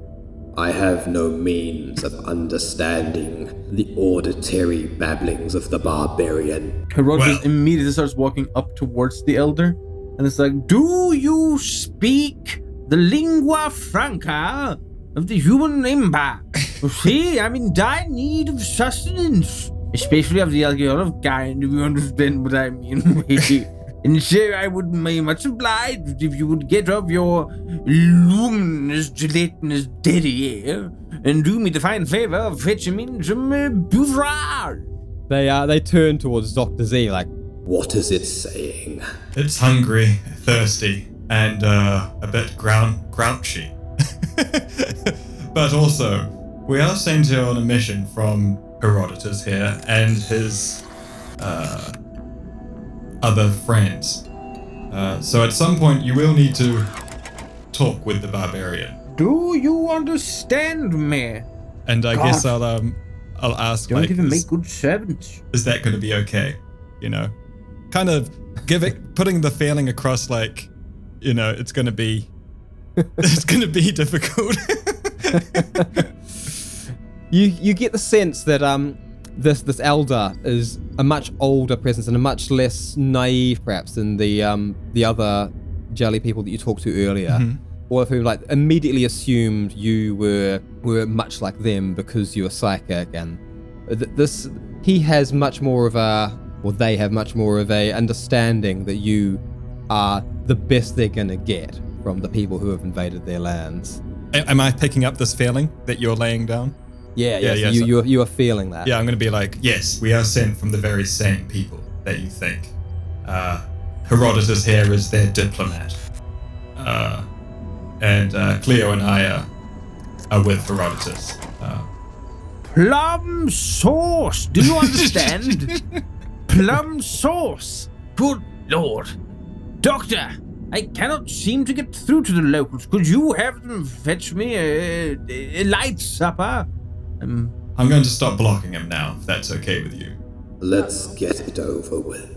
G: I have no means of understanding the auditory babblings of the barbarian.
D: Herodotus
B: Well-
D: immediately starts walking up towards the elder, and it's like,
E: Do you speak the lingua franca of the human empire? You see, I'm in dire need of sustenance, especially of the alcoholic kind, if you understand what I mean. and so I would be much obliged if you would get off your luminous, gelatinous derriere and do me the fine favor of fetching me some uh, beverage.
A: they uh, they turn towards dr z like
G: What is it saying?
F: It's hungry, thirsty, and uh, a bit ground grouchy. but also, we are sent here on a mission from Herodotus here and his uh, other friends. Uh, so at some point, you will need to talk with the barbarian.
E: Do you understand me?
B: And I guess I'll um I'll ask
E: Don't
B: like
E: even
B: is,
E: make good servants.
B: is that going to be okay? You know, kind of giving putting the feeling across like you know it's going to be it's going to be difficult.
A: you you get the sense that um this this elder is a much older presence and a much less naive perhaps than the um the other jelly people that you talked to earlier
B: Mm-hmm.
A: all of whom like immediately assumed you were were much like them because you were psychic and th- this he has much more of a or they have much more of a understanding that you are the best they're gonna get from the people who have invaded their lands
B: A- Am I picking up this feeling that you're laying down?
A: yeah yeah,
B: Yeah,
A: so
B: yeah,
A: you,
B: so-
A: you, are- you are feeling that
B: Yeah, I'm going to be like
F: Yes, we are sent from the very same people that you think. Uh, Herodotus here is their diplomat. Uh, and uh, Cleo and I are, are with Herodotus. Uh,
E: Plum sauce. Do you understand? Plum sauce. Good lord. Doctor, I cannot seem to get through to the locals. Could you have them fetch me a, a light supper? Um,
F: I'm going to stop blocking him now, if that's okay with you.
G: Let's get it over with.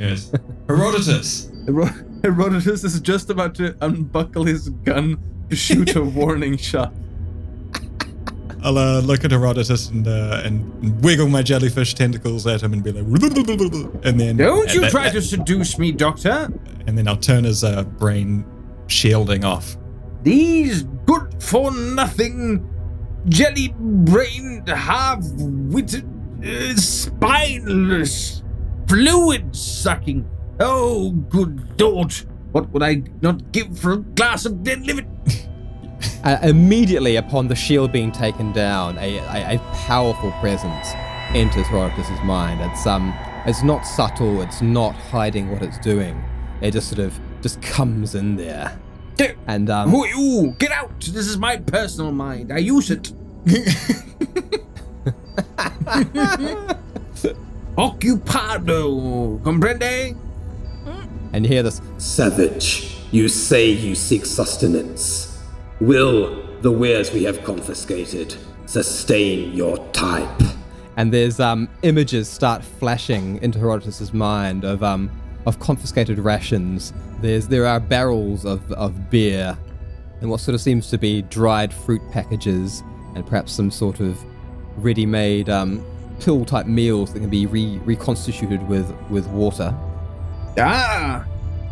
F: Yes. Herodotus.
D: Hero- Herodotus is just about to unbuckle his gun to shoot a warning shot.
F: I'll uh, look at Herodotus and, uh, and wiggle my jellyfish tentacles at him and be like, and then
E: Don't you
F: and-
E: try to seduce me, Doctor.
F: and then I'll turn his uh, brain shielding off.
E: These good for nothing, jelly brained, half witted, uh, spineless, fluid sucking. Oh, good Lord. What would I not give for a glass of dead liver?
A: Uh, immediately upon the shield being taken down, a, a, a powerful presence enters Herodotus' mind. It's um, it's not subtle. It's not hiding what it's doing. It just sort of just comes in there.
E: Get,
A: And um,
E: who are you? Get out. This is my personal mind. I use it. Occupado. Comprende?
A: and you hear this.
G: Savage, you say you seek sustenance. Will the wares we have confiscated sustain your type?
A: and there's um, images start flashing into Herodotus's mind of um, of confiscated rations. There's there are barrels of, of beer, and what sort of seems to be dried fruit packages, and perhaps some sort of ready-made um, pill-type meals that can be re- reconstituted with with water.
E: Ah,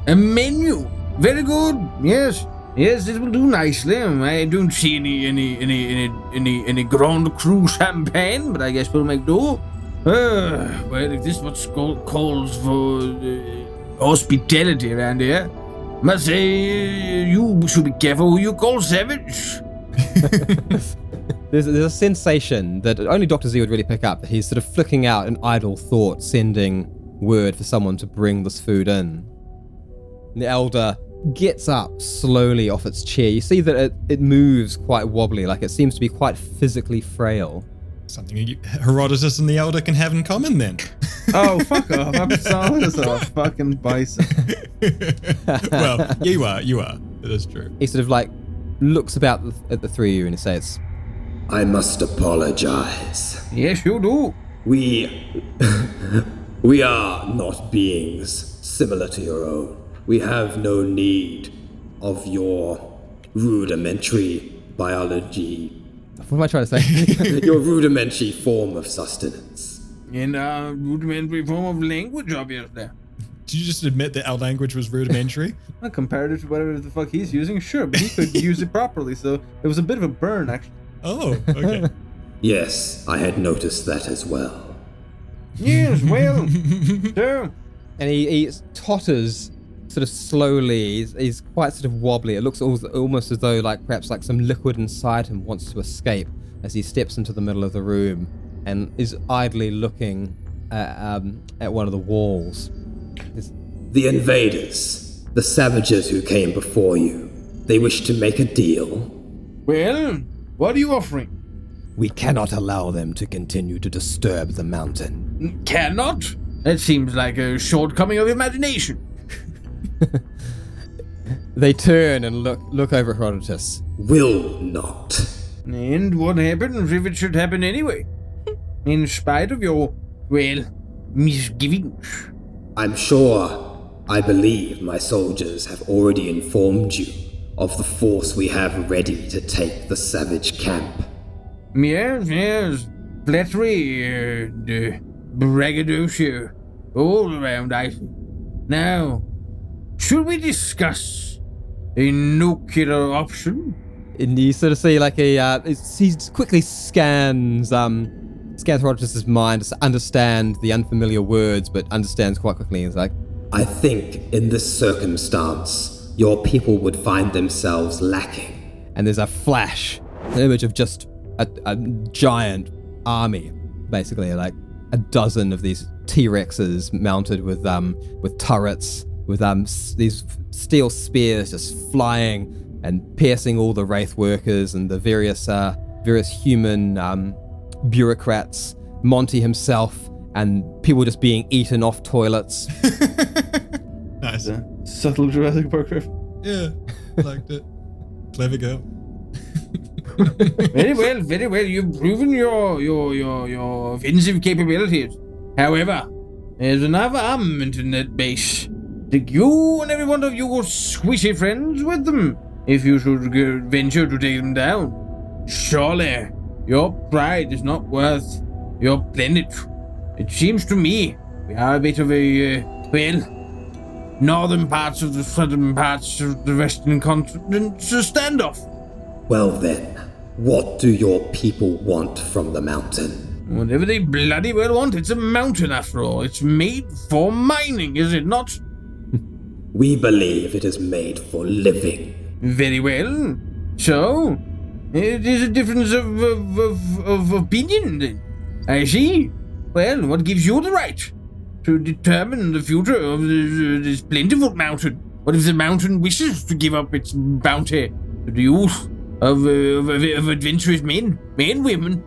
E: a menu. Very good. Yes, yes, it will do nicely. I don't see any any any any any, any Grand Cru champagne, but I guess we'll make do. Uh, well, if this is what calls for uh, hospitality around here, must say uh, you should be careful who you call savage.
A: There's, there's a sensation that only Dr. Z would really pick up. that He's sort of flicking out an idle thought, sending word for someone to bring this food in. The elder gets up slowly off its chair. You see that it, it moves quite wobbly, like it seems to be quite physically frail.
F: Something you, Herodotus and the Elder can have in common then.
D: Oh, fuck off. I'm solid as a fucking bison.
F: well, you are, you are. It is true.
A: He sort of like looks about the, at the three of you and he says,
G: I must apologize.
E: Yes, you do.
G: We. we are not beings similar to your own. We have no need of your rudimentary biology,
A: What am I trying to say?
G: your rudimentary form of sustenance.
E: uh, In a rudimentary form of language, obviously.
F: Did you just admit that our language was rudimentary?
D: Well, compared it to whatever the fuck he's using, sure, but he could use it properly, so it was a bit of a burn, actually.
F: oh, okay.
G: Yes, I had noticed that as well.
E: Yes, well, so
A: and he, he totters sort of slowly. He's, he's quite sort of wobbly. It looks al- almost as though like perhaps like some liquid inside him wants to escape as he steps into the middle of the room and is idly looking at, um, at one of the walls. He's-
G: The invaders, the savages who came before you, they wish to make a deal.
E: well, what are you offering?
A: we cannot allow them to continue to disturb the mountain.
E: cannot? That seems like a shortcoming of imagination.
A: They turn and look look over at Herodotus.
G: Will not.
E: And what happens if it should happen anyway? In spite of your, well, misgivings.
G: I'm sure, I believe my soldiers have already informed you of the force we have ready to take the savage camp.
E: Yes, yes. Flattery, uh, d- braggadocio, all around, I think. Now, should we discuss a nuclear option?
A: and you sort of see like a uh, it's- he quickly scans um scans Herodotus's mind to understand the unfamiliar words, but understands quite quickly. He's like,
G: I think in this circumstance, your people would find themselves lacking.
A: and there's a flash, an image of just a, a giant army, basically like a dozen of these T Rexes mounted with um with turrets, with um s- these f- steel spears just flying and piercing all the wraith workers and the various uh, various human um, bureaucrats, Monty himself, and people just being eaten off toilets.
F: nice.
D: Yeah. Subtle Jurassic Park riff.
F: Yeah, liked it. Clever girl.
E: Very well, very well. You've proven your your your your offensive capabilities. However, There's another armament in that base. Take you and every one of your squishy friends with them, if you should go venture to take them down. Surely, your pride is not worth your planet. It seems to me we are a bit of a, uh, well, northern parts of the southern parts of the western continent standoff.
G: Well then, what do your people want from the mountain?
E: Whatever they bloody well want, it's a mountain after all. It's made for mining, is it not?
G: We believe it is made for living.
E: Very well. So, it is a difference of, of, of, of opinion then. I see. Well, what gives you the right to determine the future of this, this plentiful mountain? What if the mountain wishes to give up its bounty to the youth of, uh, of, of, of adventurous men, men, women?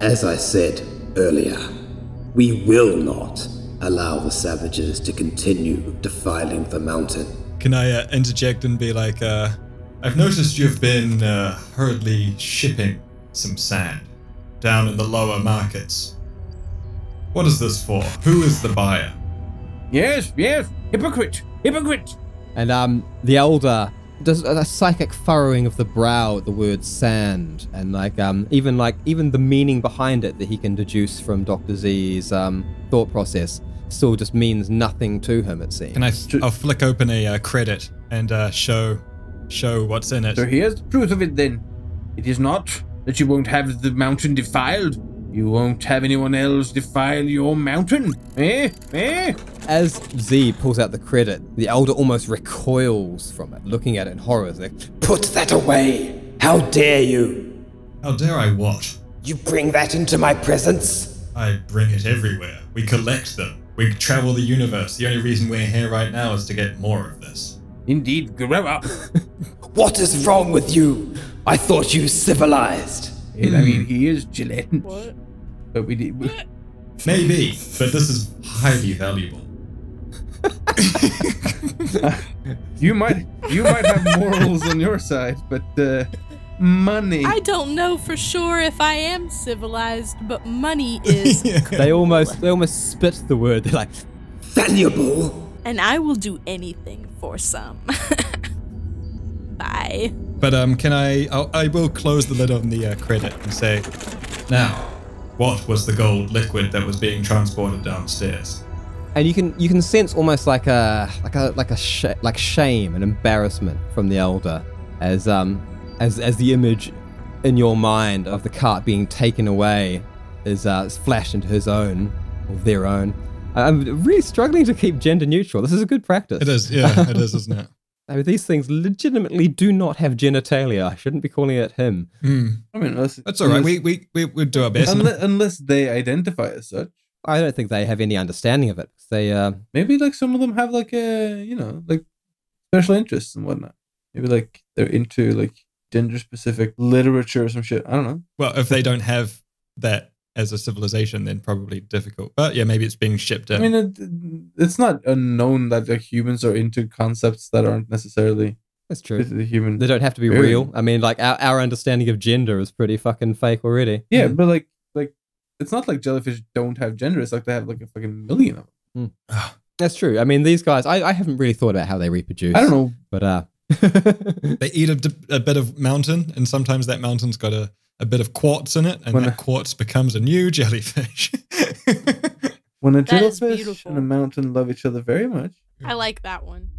G: As I said earlier, we will not allow the savages to continue defiling the mountain.
F: Can I uh, interject and be like, uh, I've noticed you've been uh, hurriedly shipping some sand down at the lower markets. What is this for? Who is the buyer?
E: Yes, yes, hypocrite, hypocrite.
A: And um, the elder does a psychic furrowing of the brow at the word sand, and like um, even like even the meaning behind it that he can deduce from Doctor Z's um, thought process still just means nothing to him. It seems.
B: Can I? I'll flick open a uh, credit and uh, show show what's in it.
E: So here's the truth of it then. It is not that you won't have the mountain defiled. You won't have anyone else defile your mountain. Eh? Eh?
A: As Z pulls out the credit, the elder almost recoils from it, looking at it in horror. He's Like,
G: Put that away! How dare you!
F: How dare I what?
G: You bring that into my presence?
F: I bring it everywhere. We collect them. We travel the universe. The only reason we're here right now is to get more of this.
E: Indeed, grow up.
G: What is wrong with you? I thought you civilized.
E: And Eh, I mean, he is Gillette.
C: What?
E: But we did. We,
F: Maybe, but this is highly valuable.
D: You might you might have morals on your side, but uh, money.
C: I don't know for sure if I am civilized, but money is,
A: they almost they almost spit the word. They're like,
G: Valuable?
C: and I will do anything for some. Bye.
B: But um, can I? I'll, I will close the lid on the uh, credit and say,
F: Now, what was the gold liquid that was being transported downstairs?
A: and you can you can sense almost like a like a like a sh- like shame and embarrassment from the elder as um as as the image in your mind of the cart being taken away is uh is flashed into his own or their own. I- I'm really struggling to keep gender neutral. This is a good practice.
B: it is. Yeah, it is, isn't it?
A: I mean, these things legitimately do not have genitalia. I shouldn't be calling it him.
D: I mean, unless,
B: That's all right.
D: Unless,
B: We we we we'll do our best.
D: unless, unless they identify as such.
A: I don't think they have any understanding of it. They uh,
D: Maybe like some of them have like a you know like special interests and whatnot. Maybe like they're into like gender specific literature or some shit. I don't know.
B: Well, if they don't have that as a civilization, then probably difficult. But yeah, maybe it's being shipped
D: I
B: in.
D: mean, it, it's not unknown that like, humans are into concepts that aren't necessarily
A: that's
D: the
A: true.
D: the human.
A: They don't have to be
D: Really?
A: real. I mean, like our, our understanding of gender is pretty fucking fake already.
D: Yeah,
B: Mm-hmm.
D: but like like it's not like jellyfish don't have gender. It's like they have like a fucking million of them.
A: That's true. I mean, these guys, I, I haven't really thought about how they reproduce.
D: I don't know.
A: But, uh,
B: they eat a, d- a bit of mountain, and sometimes that mountain's got a, a bit of quartz in it, and
D: Wanna-
B: that quartz becomes a new jellyfish.
D: When a
C: That is
D: jellyfish
C: beautiful.
D: and a mountain love each other very much.
C: I like that one.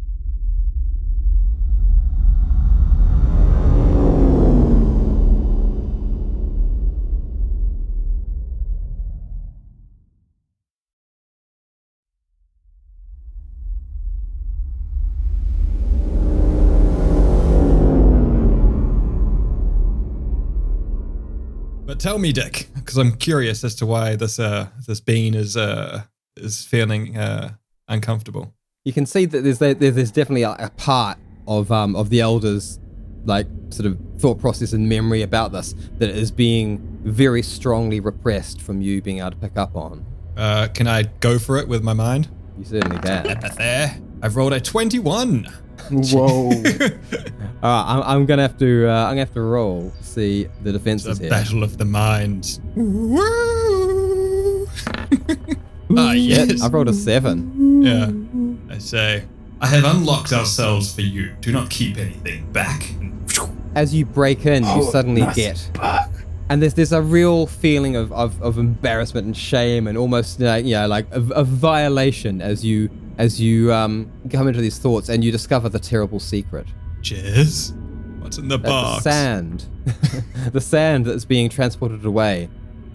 B: but tell me, Dick, because I'm curious as to why this uh this bean is uh is feeling uh uncomfortable.
A: you can see that there's there, there's definitely a, a part of um of the elders like sort of thought process and memory about this that is being very strongly repressed from you being able to pick up on.
B: Uh, can I go for it with my mind?
A: You certainly can.
B: Up There, I've rolled a twenty-one.
D: Whoa.
A: All right, I'm, I'm gonna have to uh, I'm gonna have to roll to see the defenses
B: The
A: here.
B: battle of the minds. Woo! Ah, yes.
A: I rolled a seven.
F: Yeah. I say, I have unlocked ourselves for you. Do not keep anything back.
A: As you break in, you suddenly get. And there's there's a real feeling of, of, of embarrassment and shame and almost like yeah like a, a violation as you as you um, come into these thoughts and you discover the terrible secret.
F: Cheers. What's in the
A: that
F: box?
A: the sand, the sand that's being transported away,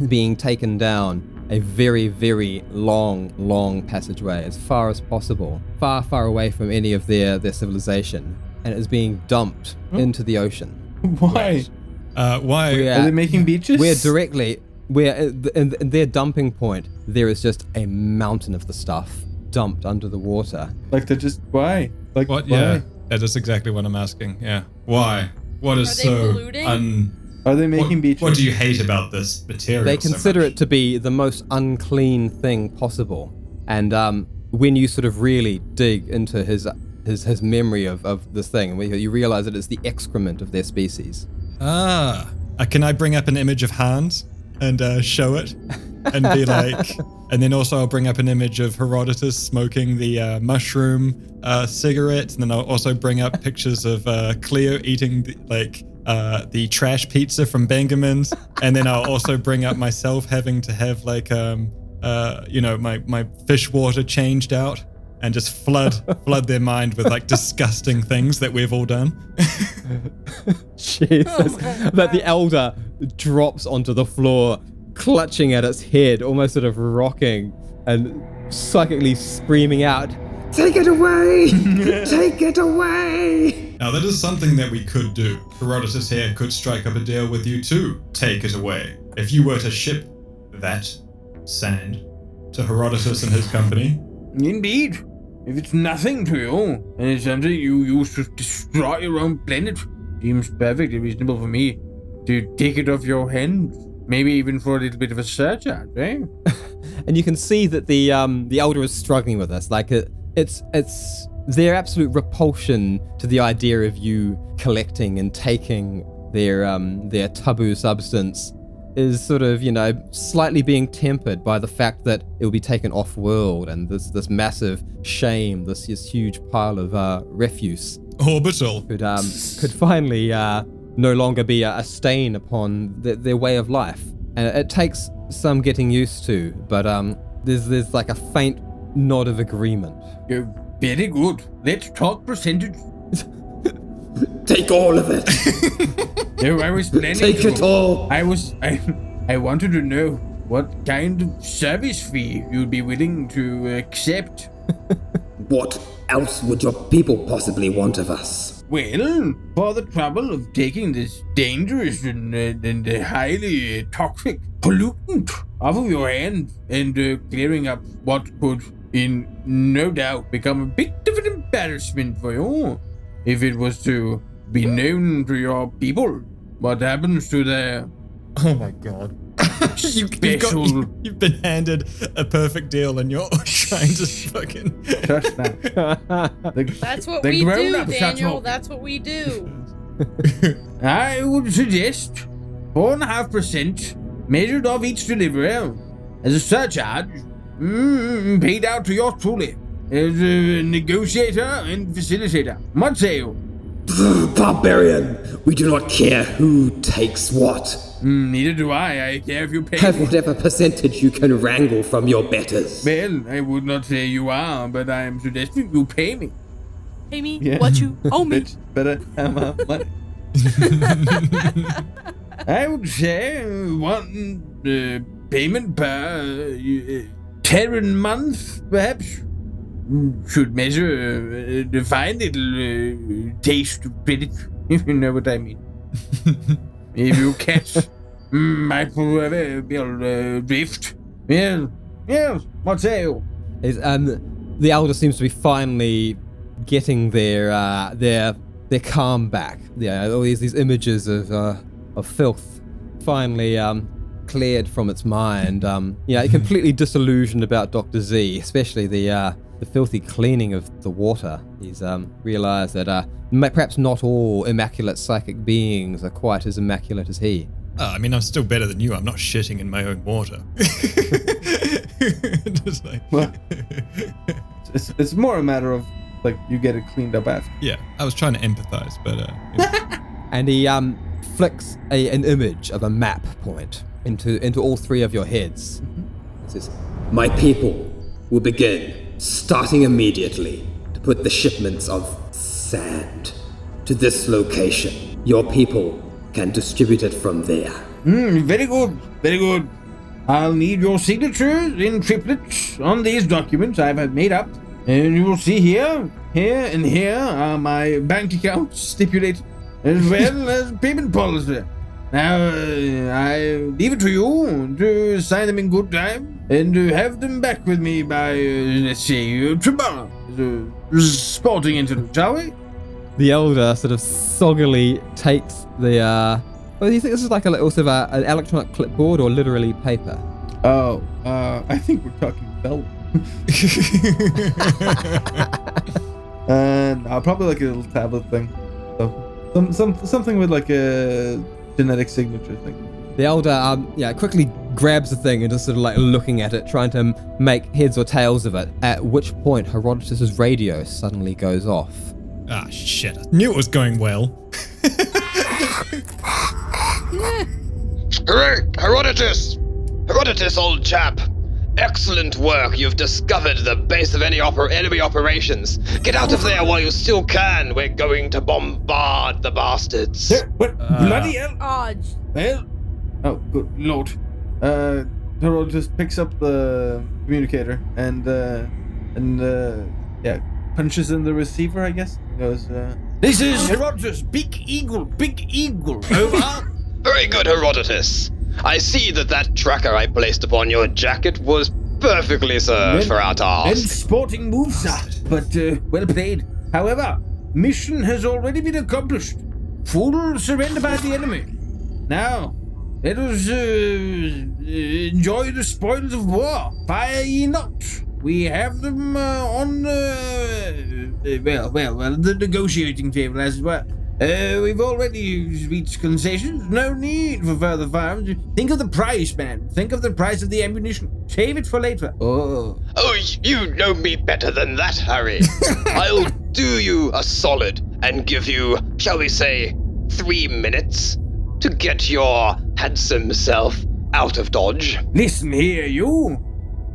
A: being taken down a very, very long, long passageway as far as possible, far, far away from any of their, their civilization, and it is being dumped into the ocean.
D: Why?
B: Uh, why?
A: Yeah.
D: Are they making beaches?
A: We're directly, we're uh, in, in their dumping point. There is just a mountain of the stuff dumped under the water.
D: Like they're just why? Like
B: What?
D: why?
B: Yeah. That is exactly what I'm asking. Yeah.
F: Why? What is
C: Are they
F: so
C: polluting?
F: un?
D: Are they making
F: What,
D: beaches?
F: what do you hate about this material?
A: They
F: so
A: consider
F: much?
A: it to be the most unclean thing possible. And um, when you sort of really dig into his his, his memory of, of this thing, when you you realize that it's the excrement of their species.
B: Ah. Uh, can I bring up an image of Hans and uh, show it, and be like, and then also I'll bring up an image of Herodotus smoking the uh, mushroom uh, cigarette, and then I'll also bring up pictures of uh, Cleo eating the, like. Uh, the trash pizza from Benjamin's, and then I'll also bring up myself having to have like um uh you know my my fish water changed out, and just flood flood their mind with like disgusting things that we've all done.
A: Jesus.
F: Oh
A: that the elder drops onto the floor, clutching at its head, almost sort of rocking and psychically screaming out.
G: Take it away! Take it away!
F: Now, that is something that we could do. Herodotus here could strike up a deal with you too. Take it away. If you were to ship that sand to Herodotus and his company,
E: Indeed. If it's nothing to you, and it's something you use to destroy your own planet, seems perfectly reasonable for me to take it off your hands. Maybe even for a little bit of a surcharge, eh?
A: and you can see that the um, the elder is struggling with this. Like it, it's it's their absolute repulsion to the idea of you collecting and taking their um, their taboo substance is sort of you know slightly being tempered by the fact that it will be taken off world and this this massive shame, this, this huge pile of uh, refuse
B: Orbital.
A: could um, could finally uh, no longer be a, a stain upon th- their way of life. And it takes some getting used to, but um, there's there's like a faint nod of agreement.
E: You're very good. Let's talk percentage.
G: Take all of it!
E: No, I was planning
G: Take
E: to.
G: it all!
E: I was I I wanted to know what kind of service fee you'd be willing to accept.
G: What else would your people possibly want of us?
E: Well, for the trouble of taking this dangerous and, uh, and uh, highly toxic pollutant off of your hands and uh, clearing up what could, in no doubt, become a bit of an embarrassment for you if it was to be known to your people what happens to their
B: Oh my god. You've, got,
E: Special-
B: you- you've been handed a perfect deal and you're trying to fucking.
E: trust now.
C: That's what
E: The
C: we do,
E: grown-ups are
C: Daniel.
E: talking.
C: That's what we do.
E: I would suggest four and a half percent measured off each delivery as a surcharge mm, paid out to yours truly as a negotiator and facilitator. What say you?
G: Barbarian! We do not care who takes what.
E: Mm, neither do I. I care if you pay.
G: Have
E: me.
G: whatever percentage you can wrangle from your betters.
E: Well, I would not say you are, but I am suggesting you pay me.
C: Pay me
D: Yeah.
C: what you owe me.
D: Bitch, better have my money.
E: I would say uh, one uh, payment per uh, y- uh, Terran month, perhaps. Mm, Should measure uh, uh, the fine little uh, taste of credit, if you know what I mean. if you catch mm, my proverbial uh, drift. Yes, yes, what say you?
A: Is, um, the elder seems to be finally getting their uh, their their calm back. Yeah, all these these images of uh, of filth finally um, cleared from its mind. Um, yeah, completely disillusioned about Doctor Z, especially the uh, the filthy cleaning of the water. He's um, realised that uh, ma- perhaps not all immaculate psychic beings are quite as immaculate as he.
B: Ah, I mean, I'm still better than you. I'm not shitting in my own water. Just like-
D: Well- It's, it's more a matter of like you get it cleaned up after.
B: yeah, I was trying to empathize, but uh, it-
A: and he um, flicks a, an image of a map point into into all three of your heads.
G: says, My people will begin, starting immediately, to put the shipments of sand to this location. Your people can distribute it from there.
E: Mm, very good, very good. I'll need your signatures in triplets on these documents I've had made up. And you will see here, here, and here are my bank accounts stipulated, as well as payment policy. Now, uh, I leave it to you to sign them in good time and to have them back with me by, uh, let's say, uh, tomorrow. The sporting incident, shall we?
A: The elder sort of soggily takes the. Uh, well, do you think this is like a little sort of a, an electronic clipboard or literally paper?
D: Oh, uh, I think we're talking belt. and uh, probably like a little tablet thing. So some, some something with like a genetic signature thing.
A: The elder, um, yeah, quickly grabs the thing and just sort of like looking at it, trying to m- make heads or tails of it. At which point, Herodotus's radio suddenly goes off.
B: ah shit, I knew it was going well.
H: Hooray! Herodotus! Herodotus, old chap! Excellent work. You've discovered the base of any oper- enemy operations. Get out of there while you still can. We're going to bombard the bastards.
E: What? Bloody hell.
C: Aw, j-
E: Well,
D: Oh, good.
E: Lord.
D: Uh, Harold just picks up the communicator and uh, and uh, yeah, punches in the receiver. I guess goes. Uh,
E: This is Herodotus, Big Eagle, Big Eagle. Oh, Over.
H: Very good, Herodotus. I see that that tracker I placed upon your jacket was perfectly served
E: Then-
H: for our
E: and
H: task.
E: sporting moves are, but uh, well played. However, mission has already been accomplished. Full surrender by the enemy. Now, let us uh, enjoy the spoils of war. Fire ye not. We have them uh, on, uh, uh, well, well, well, the negotiating table, as it were. Uh, we've already reached concessions. No need for further firearms. Think of the price, man. Think of the price of the ammunition. Save it for later. Oh.
H: Oh, y- you know me better than that, Harry. I'll do you a solid and give you, shall we say, three minutes to get your handsome self out of Dodge.
E: Listen here, you.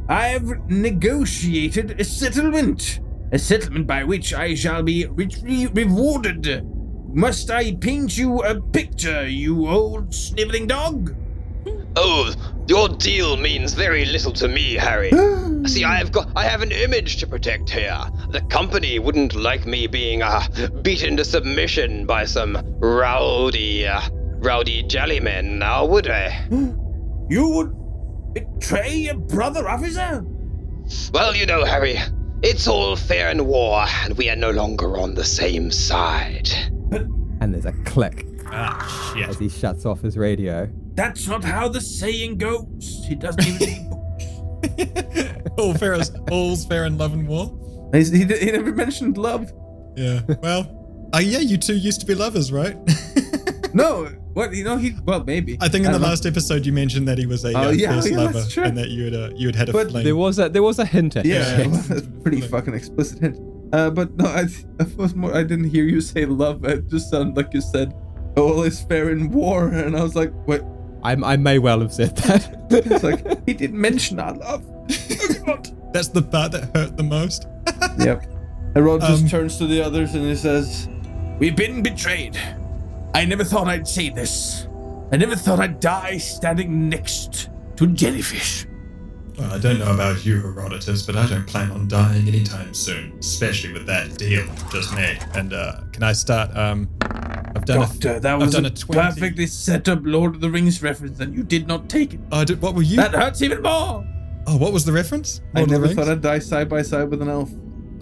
E: I've negotiated a settlement. A settlement by which I shall be richly rewarded. Must I paint you a picture, you old sniveling dog?
H: Oh, your deal means very little to me, Harry. See, I have got I have an image to protect here. The company wouldn't like me being uh, beaten to submission by some rowdy uh, rowdy jellymen, now would I?
E: You would betray a brother officer?
H: Well, you know, Harry, it's all fair in war, and we are no longer on the same side.
A: And there's a click
B: Ah shit.
A: as he shuts off his radio.
E: That's not how the saying goes. He doesn't even need books.
B: All fair is, all's fair in love and war.
D: he's, he, di- he never mentioned love.
B: Yeah. Well, uh, yeah, you two used to be lovers, right?
D: No, what you know? He well maybe.
B: I think in the
D: don't know.
B: last episode you mentioned that he was a
D: Oh,
B: uh,
D: yeah,
B: first
D: yeah, that's
B: lover
D: true.
B: and that you had uh, you had had a
D: But
B: fling.
A: There was a there was a hint at
D: Yeah,
B: Yeah.
D: well, that's a pretty
B: Like-
D: fucking explicit hint. Uh, but no, I, th- I was more. I didn't hear you say love. It just sounded like you said, "All is fair in war," and I was like, "Wait."
A: I, I may well have said that.
D: It's like he didn't mention our love.
B: That's the part that hurt the most.
D: Yep. Herod just
B: Um,
D: turns to the others and he says,
E: We've been betrayed. I never thought I'd say this. I never thought I'd die standing next to jellyfish.
F: Well, I don't know about you, Herodotus, but I don't plan on dying anytime soon, especially with that deal just made.
B: And uh, can I start? Um, I've done
E: Doctor,
B: a,
E: that
B: I've
E: was
B: done
E: a
B: a 20.
E: perfectly set up Lord of the Rings reference, and you did not take it.
B: Oh, did, what were you?
E: That hurts even more.
B: oh, what was the reference? Lord of
D: "I
B: the
D: never
B: Rings?
D: thought I'd die side by side with an elf."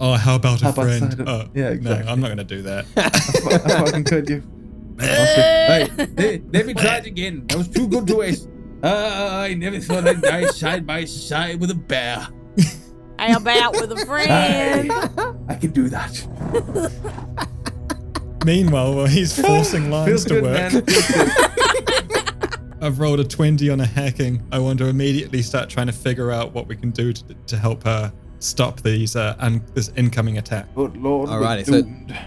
B: Oh, how about a
D: How about
B: friend?
D: side of-
B: oh,
D: Yeah, exactly.
B: No, I'm not gonna do that.
D: I fucking could you.
E: Let, let me try it again. That was too good to waste. Ah, I never thought I'd die side by side with a bear.
C: I'll be out with a friend.
E: I can do that.
B: Meanwhile, well, he's forcing lines
D: Feels
B: to
D: good,
B: work.
D: man. Feels good.
B: I've rolled a 20 on a hacking. I want to immediately start trying to figure out what we can do to, to help her stop these uh, un- this incoming attack.
I: Good lord, we're
A: Alrighty, so-
I: doomed.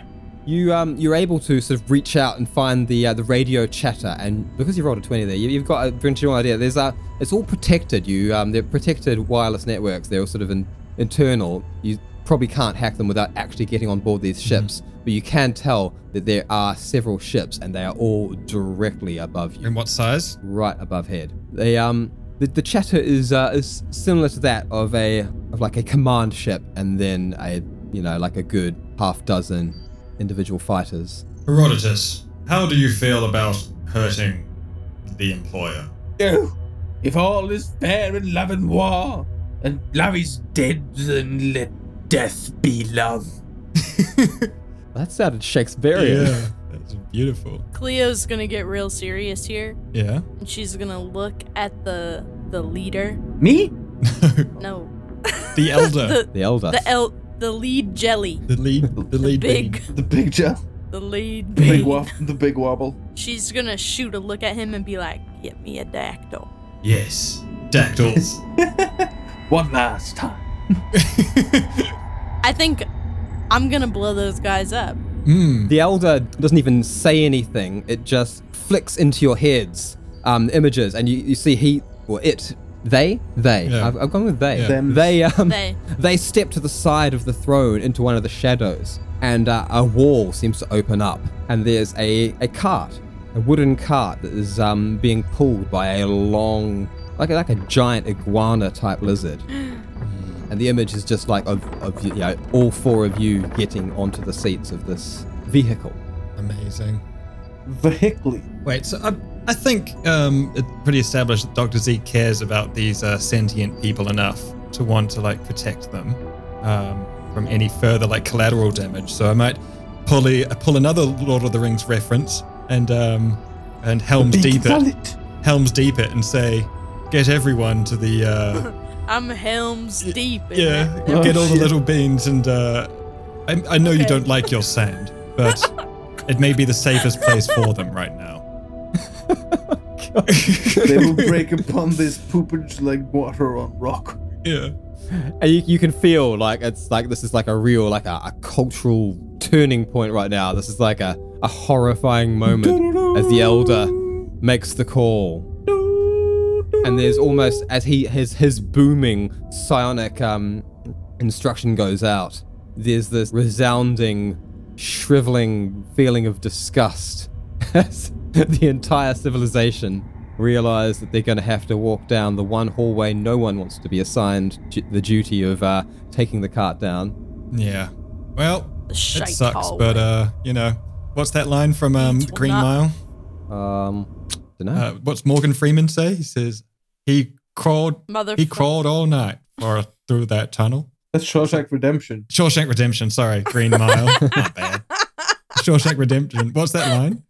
A: You um you're able to sort of reach out and find the uh, the radio chatter, and because you rolled a twenty there, you, you've got a pretty general idea. There's a it's all protected. You um they're protected wireless networks. They're all sort of in, internal. You probably can't hack them without actually getting on board these ships, but you can tell that there are several ships, and they are all directly above you
B: In what size?
A: right above head. They um the, the chatter is uh, is similar to that of a of like a command ship and then a you know like a good half dozen individual fighters.
F: Herodotus, how do you feel about hurting the employer?
E: No.
D: If all is fair in love and war,
E: And love is dead, then let death be love.
A: That sounded Shakespearean.
B: that's beautiful.
C: Cleo's gonna get real serious here,
B: Yeah.
C: and she's gonna look at the the leader.
E: Me?
C: No,
B: The elder, the,
C: the
A: The elder.
C: the el- the lead jelly,
B: lead, the lead
C: big,
B: being-
I: the big jump,
C: the lead
I: the big
C: big.
I: wobble, the big wobble.
C: She's gonna shoot a look at him and be like, "Get me a dactyl."
F: Yes, dactyls.
D: one last time.
C: I think I'm gonna blow those guys up.
B: Mm.
A: The elder doesn't even say anything. It just flicks into your heads um, images, and you, you see he or it, they, they.
B: Yeah.
A: I've, I've gone with they.
B: Yeah.
I: Them.
A: They um
C: They.
A: they. step to the side of the throne into one of the shadows, and uh, a wall seems to open up, and there's a a cart, a wooden cart that is um being pulled by a long like a, like a giant iguana type lizard. And the image is just like of, of you know, all four of you getting onto the seats of this vehicle.
B: Amazing.
I: Vehicle.
B: Wait, so I, I think um, it's pretty established that Dr. Z cares about these uh, sentient people enough to want to like protect them um, from any further like collateral damage. So I might pull a, pull another Lord of the Rings reference and um, and Helm's Deep it,
I: Valid.
B: Helm's Deep it, and say, get everyone to the uh,
C: I'm helms deep. in
B: yeah,
C: that.
B: get all the
I: shit.
B: little beans and uh, I, I know you
C: Okay.
B: don't like your sand, but it may be the safest place for them right now.
I: They will break upon this poopage like water on rock.
B: Yeah.
A: And you, you can feel like it's like this is like a real like a, a cultural turning point right now. This is like a, a horrifying moment as the elder makes the call. And there's almost as he his his booming psionic um instruction goes out, there's this resounding, shriveling feeling of disgust as the entire civilization realize that they're going to have to walk down the one hallway no one wants to be assigned ju- the duty of uh, taking the cart down.
B: Yeah. Well,
C: The
B: it
C: shite
B: sucks,
C: hole.
B: but uh, you know, what's that line from um,
C: It will
B: Green
C: not-
B: Mile?
A: Um, don't know.
B: Uh, what's Morgan Freeman say? He says he crawled.
C: Motherfuck-
B: He crawled all night or through that tunnel.
D: That's Shawshank Redemption.
B: Shawshank Redemption. Sorry, Green Mile. Not bad. Shawshank Redemption. What's that line?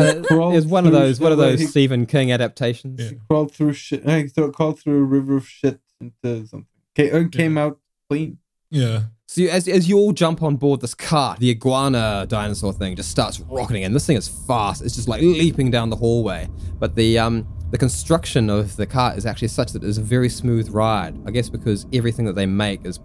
A: it's one of
D: through
A: those one of
D: the way
A: those
D: he-
A: Stephen King adaptations.
B: Yeah.
D: Crawled through shit. I thro- crawled through a river of shit into something. Okay, and came out clean.
B: Yeah.
A: So you, as, as you all jump on board this cart, the iguana dinosaur thing just starts rocketing, and this thing is fast. It's just like leaping down the hallway. But the um the construction of the cart is actually such that it's a very smooth ride. I guess because everything that they make is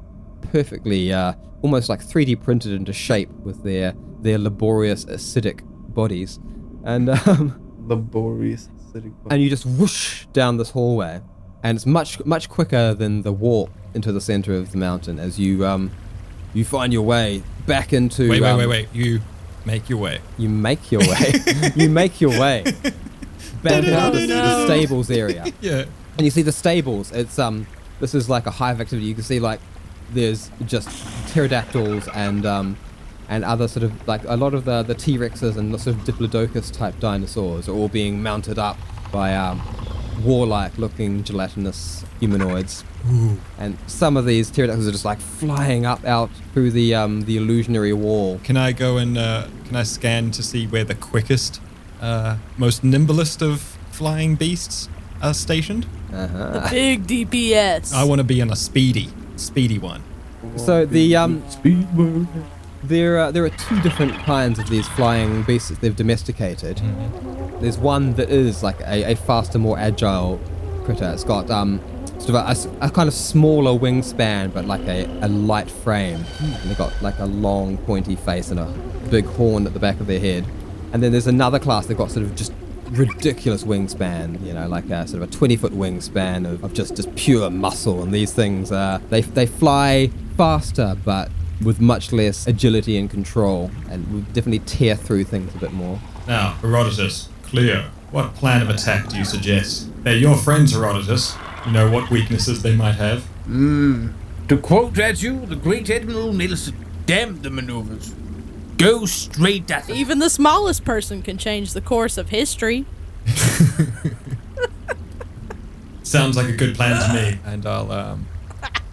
A: perfectly, uh, almost like 3D printed into shape with their their laborious acidic bodies, and um.
D: Laborious acidic.
A: and you just whoosh down this hallway, and it's much much quicker than the walk into the center of the mountain as you um you find your way back into
B: Wait, wait,
A: um,
B: wait, wait. You make your way.
A: you make your way you make your way back out to the stables area
B: Yeah.
A: and you see the stables it's um this is like a hive activity you can see like there's just pterodactyls and um and other sort of like a lot of the the t-rexes and the sort of diplodocus type dinosaurs are all being mounted up by um warlike looking gelatinous humanoids and some of these pterodactyls are just like flying up out through the um the illusionary wall
B: Can I go and uh, can I scan to see where the quickest, uh, most nimblest of flying beasts are stationed?
C: The big DPS.
B: I want to be on a speedy, speedy one.
A: so the um
D: Speedbird.
A: There are, there are two different kinds of these flying beasts that they've domesticated. There's one that is like a, a faster, more agile critter. It's got um, sort of a- a, s- a kind of smaller wingspan, but like a, a light frame. And they've got like a long, pointy face and a big horn at the back of their head. And then there's another class that got sort of just ridiculous wingspan, you know, like a sort of a 20 foot wingspan of, of just, just pure muscle. And these things, uh, they, they fly faster, but with much less agility and control, and will definitely tear through things a bit more.
F: Now, Herodotus, Cleo, what plan of attack do you suggest? They're your friends, Herodotus. You know what weaknesses they might have.
E: To quote at you, the great Admiral Nelson, damn the maneuvers. Go straight at them.
C: Even the smallest person can change the course of history.
F: Sounds like a good plan to me.
B: And I'll um,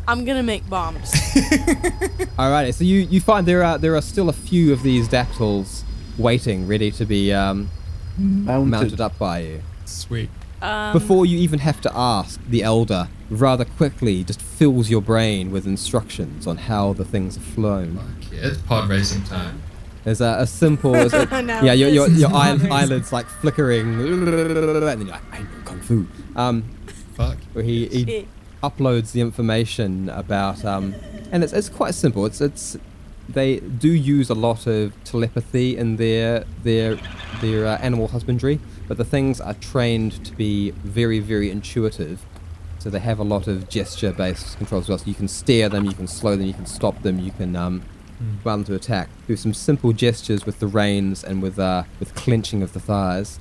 C: I'm gonna make bombs.
A: Alrighty, so you, you find there are there are still a few of these dactyls waiting, ready to be um,
I: Mounted.
A: mounted up by you.
B: sweet.
C: Um,
A: Before you even have to ask, the elder rather quickly just fills your brain with instructions on how the things are flown.
F: It's pod racing time.
A: There's a, a simple, it's a-
C: No,
A: yeah, your, your,
C: this
A: your eye, eyelids like flickering, and then you're like, I know kung fu. Um,
B: Fuck.
A: where he,
C: Yes.
A: he uploads the information about um, and it's, it's quite simple it's it's they do use a lot of telepathy in their their their uh, animal husbandry but the things are trained to be very very intuitive so they have a lot of gesture based controls as well so you can steer them you can slow them you can stop them you can um Run to attack through some simple gestures with the reins and with uh, with clenching of the thighs.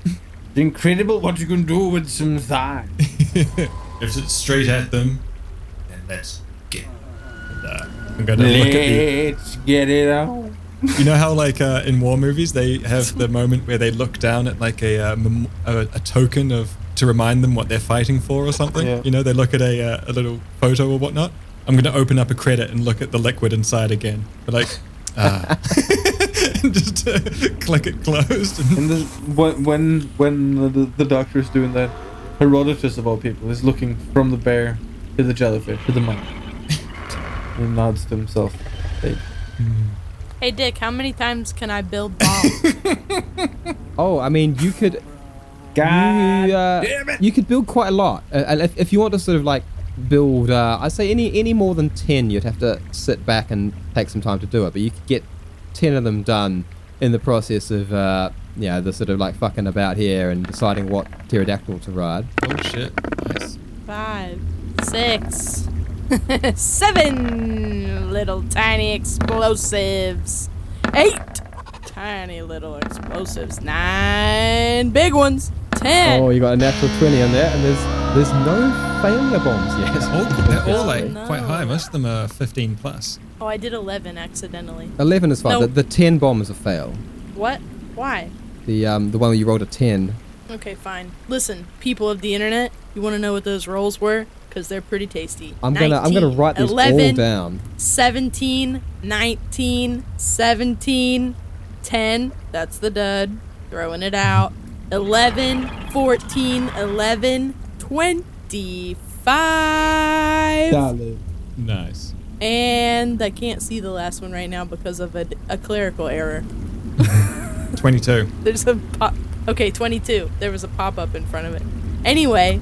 E: Incredible what you can do with some thigh.
F: If it's straight at them, then let's get. And, uh, I'm gonna look at the.
E: Let's get it
C: Oh.
E: out.
B: You know how, like, uh, in war movies, they have the moment where they look down at like a uh, mem- a, a token of to remind them what they're fighting for or something.
I: Yeah.
B: You know, they look at a uh, a little photo or whatnot. I'm gonna open up a credit and look at the liquid inside again, but like, ah, And just uh, click it closed. And
D: And this, when when when the, the doctor is doing that, Herodotus of all people is looking from the bear to the jellyfish to the monk. he nods to himself. Hey,
C: hey Dick, how many times can I build bombs?
A: Oh, I mean, you could
E: God.
A: you, uh,
E: damn it.
A: you could build quite a lot, uh, and if, if you want to sort of like build, uh, I'd say any any more than ten, you'd have to sit back and take some time to do it. But you could get ten of them done in the process of uh, yeah, the sort of like fucking about here and deciding what pterodactyl to ride.
B: oh shit! Nice.
C: Five, six, seven little tiny explosives, eight tiny little explosives, nine big ones, ten.
A: Oh, you got a natural twenty on there, and there's there's no failure bombs yet.
B: All,
E: Oh.
B: they're all like
C: No.
B: quite high. Most of them are 15 plus.
C: Oh, I did 11 accidentally.
A: Eleven is fine.
C: No.
A: The, the ten bomb is a fail.
C: What? Why?
A: The um the one where you rolled a ten.
C: Okay, fine. Listen, people of the internet, you want to know what those rolls were? Because they're pretty tasty.
A: I'm gonna I'm gonna
C: 19,
A: write these
C: 11,
A: all down.
C: 17, 19, 17, 10. That's the dud. Throwing it out. 11, 14, 11, 25.
D: Dolly.
B: Nice.
C: And I can't see the last one right now because of a, a clerical error.
B: 22.
C: There's a pop. Okay, 22. There was a pop up in front of it. Anyway,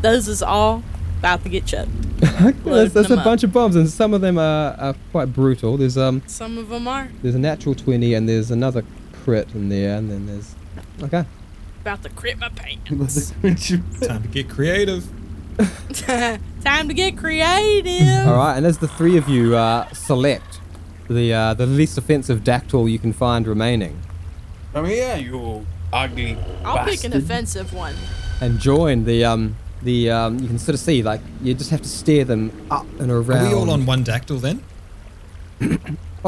C: those is all about to get chucked.
A: There's, there's a
C: them up.
A: bunch of bombs, and some of them are, are quite brutal. There's um,
C: Some of them are
A: there's a natural twenty, and there's another crit in there, and then there's okay.
C: about to crit my pants.
B: Time to get creative.
C: Time to get creative.
A: All right, and as the three of you uh, select the uh, the least offensive dactyl you can find remaining,
E: Come here, you ugly.
C: I'll pick an offensive one.
A: and join the um the um, you can sort of see like you just have to steer them up and around.
B: Are we all on one dactyl then?
A: Oh,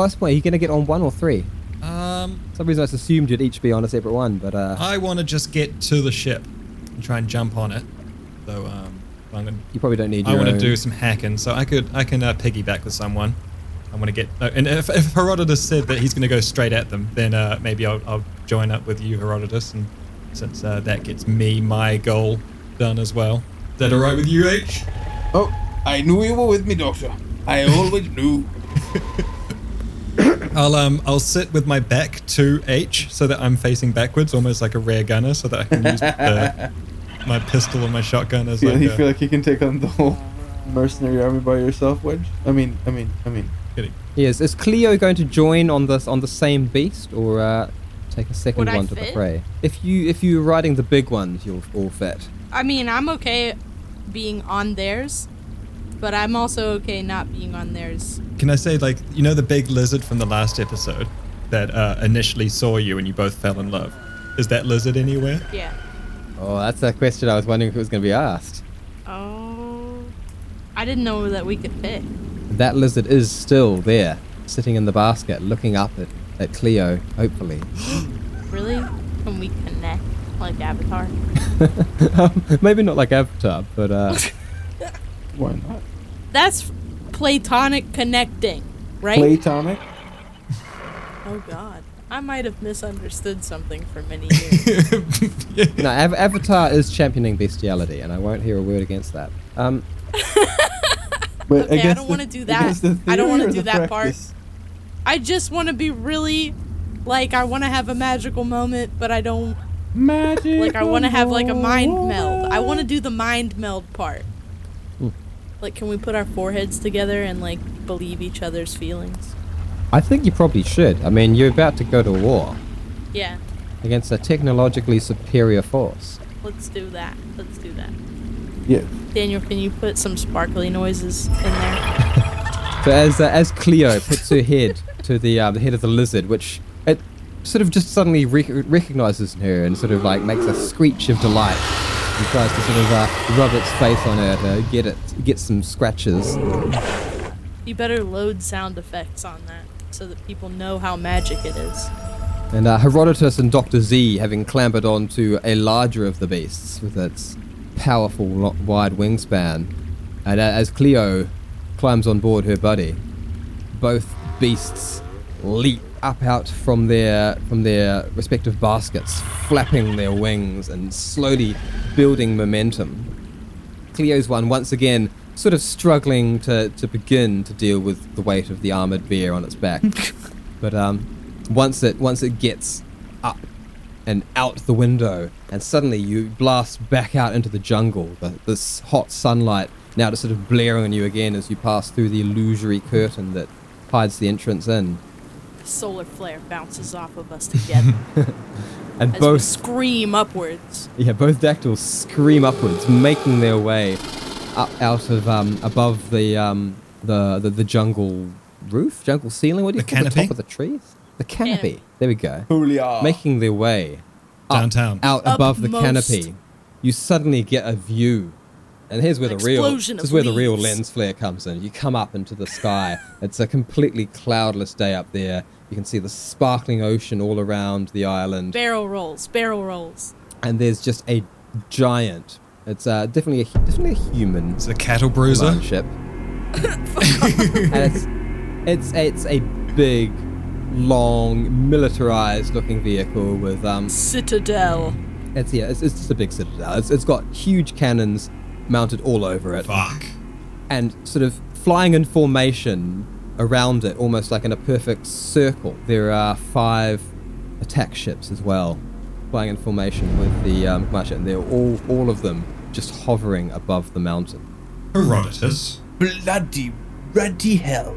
A: that's point. Are you gonna get on one or three?
B: Um,
A: For some reason I just assumed you'd each be on a separate one, but uh,
B: I want to just get to the ship and try and jump on it. So um, I'm gonna,
A: you probably don't need.
B: I
A: your
B: want to
A: own.
B: do some hacking. So I could I can uh, piggyback with someone. I want to get. Uh, and if, if Herodotus said that he's going to go straight at them, then uh, maybe I'll, I'll join up with you, Herodotus, and since uh, that gets me my goal done as well.
F: Is that alright with you, H?
E: Oh, I knew you were with me, Doctor. I always knew.
B: I'll um I'll sit with my back to H so that I'm facing backwards, almost like a rear gunner, so that I can use the, my pistol or my shotgun as
D: Feel,
B: like
D: you
B: a-
D: feel like uh, you can take on the whole mercenary army by yourself, Wedge? I mean, I mean, I mean.
B: kidding.
A: Yes, is Cleo going to join on this on the same beast or uh, take a second
C: Would I
A: one to the
C: fit?
A: fray? If you if you're riding the big ones, you'll all fit.
C: I mean, I'm okay being on theirs, but I'm also okay not being on theirs.
B: Can I say, like, you know, the big lizard from the last episode that uh, initially saw you and you both fell in love? Is that lizard anywhere?
C: Yeah.
A: Oh, that's a question I was wondering if it was going to be asked.
C: Oh. I didn't know that we could pick.
A: That lizard is still there, sitting in the basket, looking up at, at Cleo. Hopefully,
C: Really? Can we connect like Avatar?
A: um, maybe not like Avatar, but uh,
D: Why not?
C: That's platonic connecting, right?
D: Platonic?
C: oh god. I might have misunderstood something for many years.
A: no, Av- Avatar is championing bestiality, and I won't hear a word against that. Um,
D: But
C: Okay, I
D: guess
C: don't
D: the-
C: wanna do
D: guess
C: that.
D: the
C: I don't wanna
D: theory or
C: do
D: the
C: that part.
D: practice?
C: I just want to be really like I want to have a magical moment, but I don't
D: Magic.
C: like I want to have like a mind meld. I want to do the mind meld part. Like can we put our foreheads together and like believe each other's feelings?
A: I think you probably should. I mean, you're about to go to war
C: Yeah.
A: against a technologically superior force.
C: Let's do that. Let's do that.
D: Yeah.
C: Daniel, can you put some sparkly noises in there?
A: So as uh, as Cleo puts her head to the uh, the head of the lizard, which it sort of just suddenly rec- recognizes her and sort of like makes a screech of delight and tries to sort of uh, rub its face on her to get it get some scratches.
C: You better load sound effects on that so that people know how magic it is.
A: And uh, Herodotus and Doctor Z, having clambered onto a larger of the beasts with its powerful lo- wide wingspan, and uh, as Cleo climbs on board her buddy, both beasts leap up out from their from their respective baskets, flapping their wings and slowly building momentum. Cleo's one once again sort of struggling to, to begin to deal with the weight of the armored bear on its back. but um, once it once it gets up and out the window and suddenly you blast back out into the jungle, the, this hot sunlight now just sort of blaring on you again as you pass through the illusory curtain that hides the entrance in.
C: The solar flare bounces off of us together
A: And
C: as we
A: both
C: scream upwards.
A: Yeah, both dactyls scream upwards, making their way up out of um, above the, um, the the the jungle roof, jungle ceiling. What do you
B: The
A: call the top
B: canopy? Oh.
A: of the trees? The canopy.
C: Canopy.
A: There we go.
I: Julia.
A: Making their way up,
B: Downtown.
A: out above the
C: Upmost.
A: canopy. You suddenly get a view, and here's where
C: An
A: the real this
C: explosion of
A: is where the real
C: leaves.
A: lens flare comes in. You come up into the sky. it's a completely cloudless day up there. You can see the sparkling ocean all around the island
C: Barrel rolls, barrel rolls.
A: and there's just a giant. It's uh, definitely a definitely a human
B: It's a cattle
A: land
B: bruiser.
A: ship, and it's it's it's a big, long, militarized-looking vehicle with um.
C: Citadel.
A: It's yeah, it's, it's just a big citadel. It's, it's got huge cannons mounted all over it,
F: Fuck.
A: and sort of flying in formation around it, almost like in a perfect circle. There are five attack ships as well, flying in formation with the um, Khmer ship, and they're all all of them just hovering above the mountain.
F: Herodotus.
E: Bloody, bloody hell.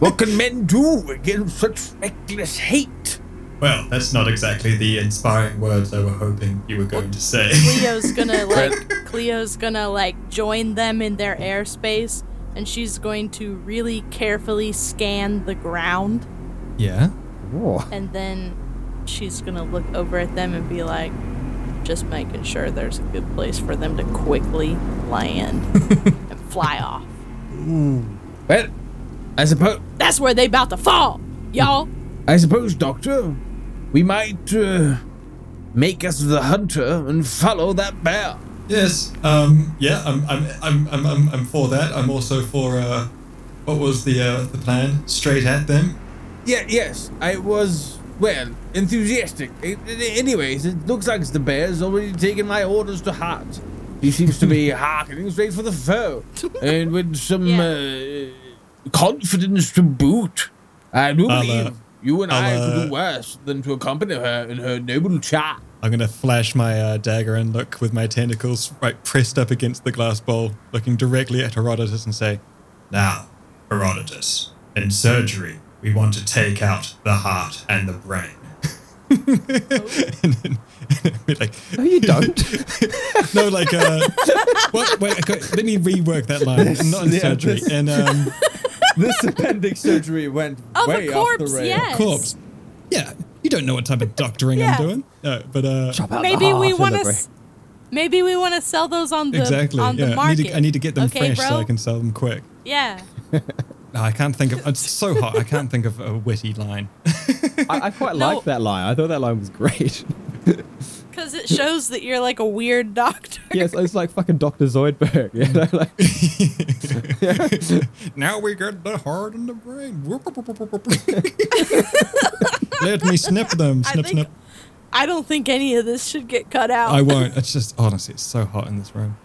E: what can men do against such reckless hate?
F: Well, that's not exactly the inspiring words I were hoping you were going to say.
C: Cleo's gonna like Cleo's gonna like join them in their airspace and she's going to really carefully scan the ground
B: Yeah.
A: Oh,
C: and then she's gonna look over at them and be like just making sure there's a good place for them to quickly land and fly off.
E: Well, I suppose,
C: That's where they about to fall, y'all.
E: I suppose, Doctor, we might uh, make us the hunter and follow that bear.
F: yes. Um. Yeah. I'm. I'm. I'm. I'm. I'm, I'm for that. I'm also for. Uh, what was the uh, the plan? Straight at them.
E: Yeah, yes, I was well enthusiastic. A- a- Anyways, it looks like the bear's already taken my orders to heart. He seems to be hearkening straight for the foe, and with some
C: Yeah.
E: uh, confidence to boot. I do
B: I'll, uh,
E: believe you and I
B: I'll,
E: could
B: uh,
E: do worse than to accompany her in her noble chat.
B: I'm gonna flash my uh, dagger and look with my tentacles right pressed up against the glass bowl, looking directly at Herodotus and say,
F: Now, Herodotus, in surgery, we want to take out the heart and the brain.
B: and then, and then be like,
A: No, you don't.
B: no, like, uh, what? Wait, okay, let me rework that line. I'm not in
D: Yeah,
B: surgery.
D: this-
B: And um,
D: This appendix surgery went
C: Of
D: way
C: a
D: off
C: corpse,
D: the rails.
C: yes.
B: corpse. Yeah, you don't know what type of doctoring
C: Yeah.
B: I'm doing. No, but uh,
A: Chop out the
C: Maybe
A: heart
C: we
A: and
C: want
A: the brain.
C: to. Maybe we want to sell those on the
B: exactly.
C: on the
B: yeah, I
C: market.
B: need, to, I need to get them
C: okay,
B: fresh
C: bro?
B: so I can sell them quick.
C: Yeah.
B: No, I can't think of. It's so hot. I can't think of a witty line.
A: I, I quite
C: No.
A: liked that line. I thought that line was great.
C: Because it shows that you're like a weird doctor.
A: yes, it's like fucking Doctor Zoidberg. You know, like
B: Now we got the heart and the brain. Let me snip them.
C: I
B: Snip,
C: think-
B: snip.
C: I don't think any of this should get cut out.
B: I won't. It's just honestly, it's so hot in this room.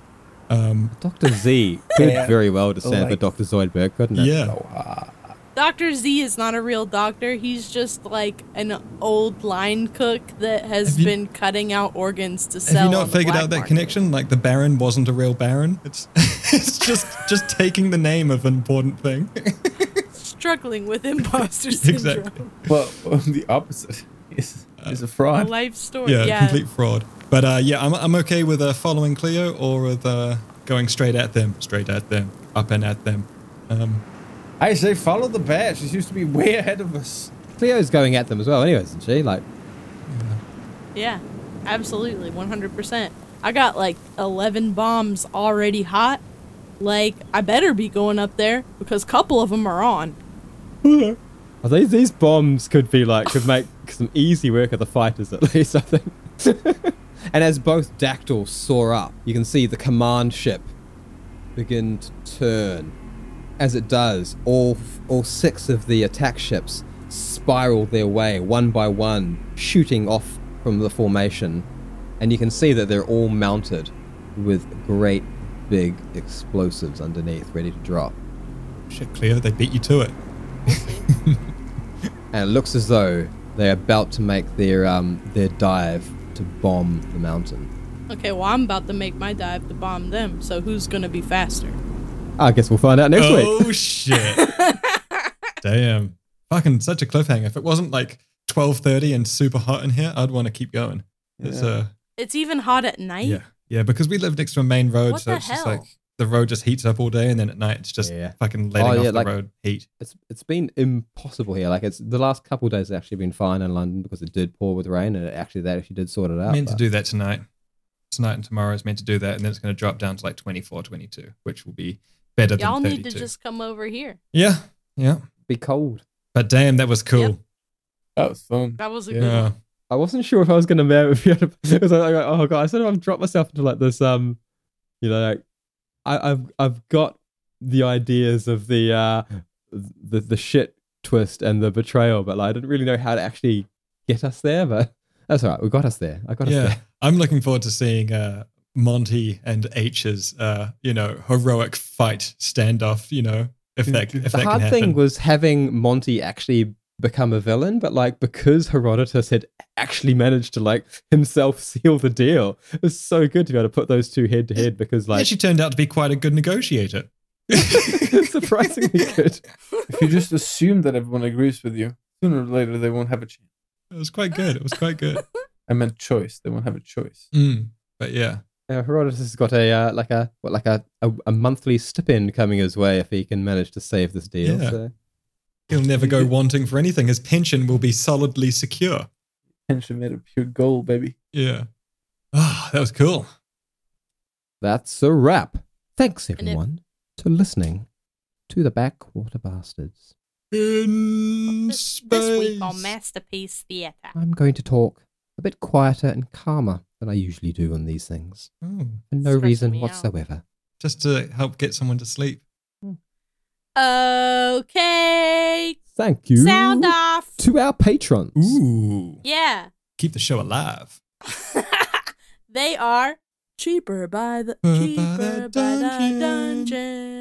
B: Um,
A: Doctor Z could
D: Yeah.
A: very well to stand for
D: Like-
A: Doctor Zoidberg, couldn't it?
B: yeah.
C: Dr. Z is not a real doctor. He's just like an old line cook that has
B: Have you-
C: been cutting out organs to sell.
B: Have you
C: on
B: not
C: the
B: figured
C: black
B: out that
C: market.
B: connection? Like the Baron wasn't a real Baron. It's it's just just taking the name of an important thing.
C: Struggling with imposter syndrome.
B: exactly.
D: Well, the opposite is, is a fraud.
C: A life story.
B: Yeah,
C: Yeah.
B: Complete fraud. But uh, yeah, I'm I'm okay with uh, following Cleo or with uh, going straight at them, straight at them, up and at them. Um,
D: I say follow the bear. She seems to be way ahead of us.
A: Cleo's going at them as well. Anyway, isn't she? Like,
C: yeah. Absolutely. 100%. I got like 11 bombs already hot. Like, I better be going up there because a couple of them are on.
A: oh, these these bombs could be like could make some easy work of the fighters at least. I think. and as both dactyls soar up, you can see the command ship begin to turn. As it does, all all six of the attack ships spiral their way one by one, shooting off from the formation, and you can see that they're all mounted with great big explosives underneath, ready to drop.
B: shit, Cleo, they beat you to it.
A: and it looks as though they're about to make their um, their dive to bomb the mountain.
C: Okay, well, I'm about to make my dive to bomb them, so who's going to be faster?
A: I guess we'll find out next week.
B: Oh shit! Damn, fucking such a cliffhanger. If it wasn't like twelve thirty and super hot in here, I'd want to keep going. It's uh,
C: It's even hot at night.
B: yeah, yeah, because we live next to a main road,
C: What
B: so
C: the
B: it's just
C: hell?
B: like the road just heats up all day, and then at night it's just
A: Yeah.
B: fucking letting
A: Oh,
B: off
A: yeah,
B: the
A: like-
B: road heat.
A: It's it's been impossible here. Like it's the last couple of days have actually been fine in London because it did pour with rain and it actually that actually did sort it out.
B: meant to
A: but-
B: do that tonight. Tonight and tomorrow is meant to do that, and then it's going to drop down to like 24, 22, which will be better
C: Y'all
B: than
C: need
B: 32.
C: to just come over here.
B: Yeah, yeah.
A: be cold.
B: But damn, that was cool.
D: That was fun.
C: That was a
B: Yeah.
C: good one.
A: I wasn't sure if I was gonna be able to because I was like, oh god, I sort of I've dropped myself into like this um you know like I, I've I've got the ideas of the uh the the shit twist and the betrayal, but like, I didn't really know how to actually get us there, but that's all right, we got us there. I got us
B: Yeah.
A: there.
B: I'm looking forward to seeing uh, Monty and H's, uh, you know, heroic fight standoff, you know, if that, if
A: The
B: that can
A: hard thing
B: happen.
A: was having Monty actually become a villain, but like because Herodotus had actually managed to like himself seal the deal, it was so good to be able to put those two head to head because
B: He
A: like
B: actually turned out to be quite a good negotiator.
A: surprisingly good.
D: If you just assume that everyone agrees with you, sooner or later they won't have a chance.
B: It was quite good. It was quite good.
D: I meant choice. They won't have a choice.
B: Mm. But yeah.
A: Uh, Herodotus has got a uh, like a what like a, a a monthly stipend coming his way if he can manage to save this deal.
B: Yeah.
A: So.
B: He'll never go wanting for anything. His pension will be solidly secure.
D: Tension made of pure gold, baby.
B: Yeah. Ah, that was cool.
A: That's a wrap. Thanks
C: if-
A: everyone for listening to the Backwater Bastards.
B: In
C: This,
B: space.
C: this week on Masterpiece Theatre.
A: I'm going to talk a bit quieter and calmer than I usually do on these things
B: Oh,
A: for no
C: Stressing me
A: reason
C: out.
A: whatsoever.
B: just to help get someone to sleep.
C: Okay.
A: Thank you
C: Sound off.
A: to our patrons.
B: Ooh.
C: Yeah.
B: Keep the show alive.
C: they are Cheaper by the
B: by
C: cheaper by
B: the
C: the
B: dungeon.
C: dungeon.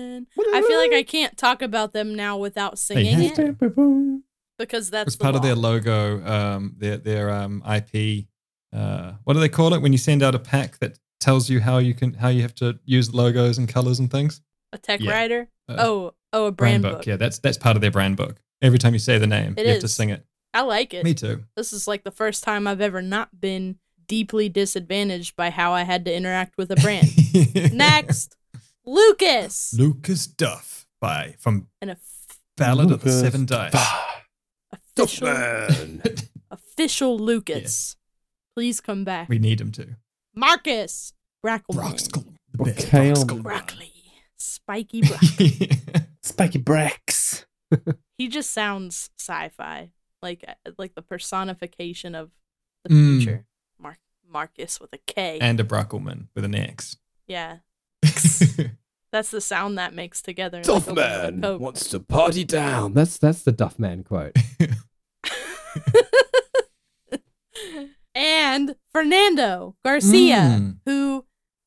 C: I feel like I can't talk about them now without singing
B: have
C: it
B: to.
C: because that's
B: It's
C: the
B: part of their
C: law.
B: logo, um, their their um, IP. Uh, what do they call it when you send out a pack that tells you how you can how you have to use logos and colors and things?
C: a tech
B: yeah,
C: writer.
B: uh,
C: oh, oh, a brand, book.
B: Yeah, that's that's part of their brand book. Every time you say the name,
C: It
B: you have to
C: is.
B: sing it.
C: I like it.
B: Me too.
C: This is like the first time I've ever not been deeply disadvantaged by how I had to interact with a brand. Next, Lucas
B: Lucas Duff by from
C: and a f-
B: Ballad of the
D: Lucas
B: Seven Dice.
C: official official Lucas. Please come back,
B: We need him to.
C: Marcus Brackleman.
B: Broxcal. The best
D: Okay,
B: Broxcal.
C: Broccoli, spiky broccoli.
I: Spiky Brax.
C: he just sounds sci-fi, like uh, like the personification of the
B: Mm.
C: future. Mar- Marcus with a K.
B: and a Brockleman with an X.
C: yeah. That's the sound that makes together. like a little coke.
G: wants to party down.
A: That's that's the Duffman quote.
C: and Fernando Garcia,
B: Mm.
C: who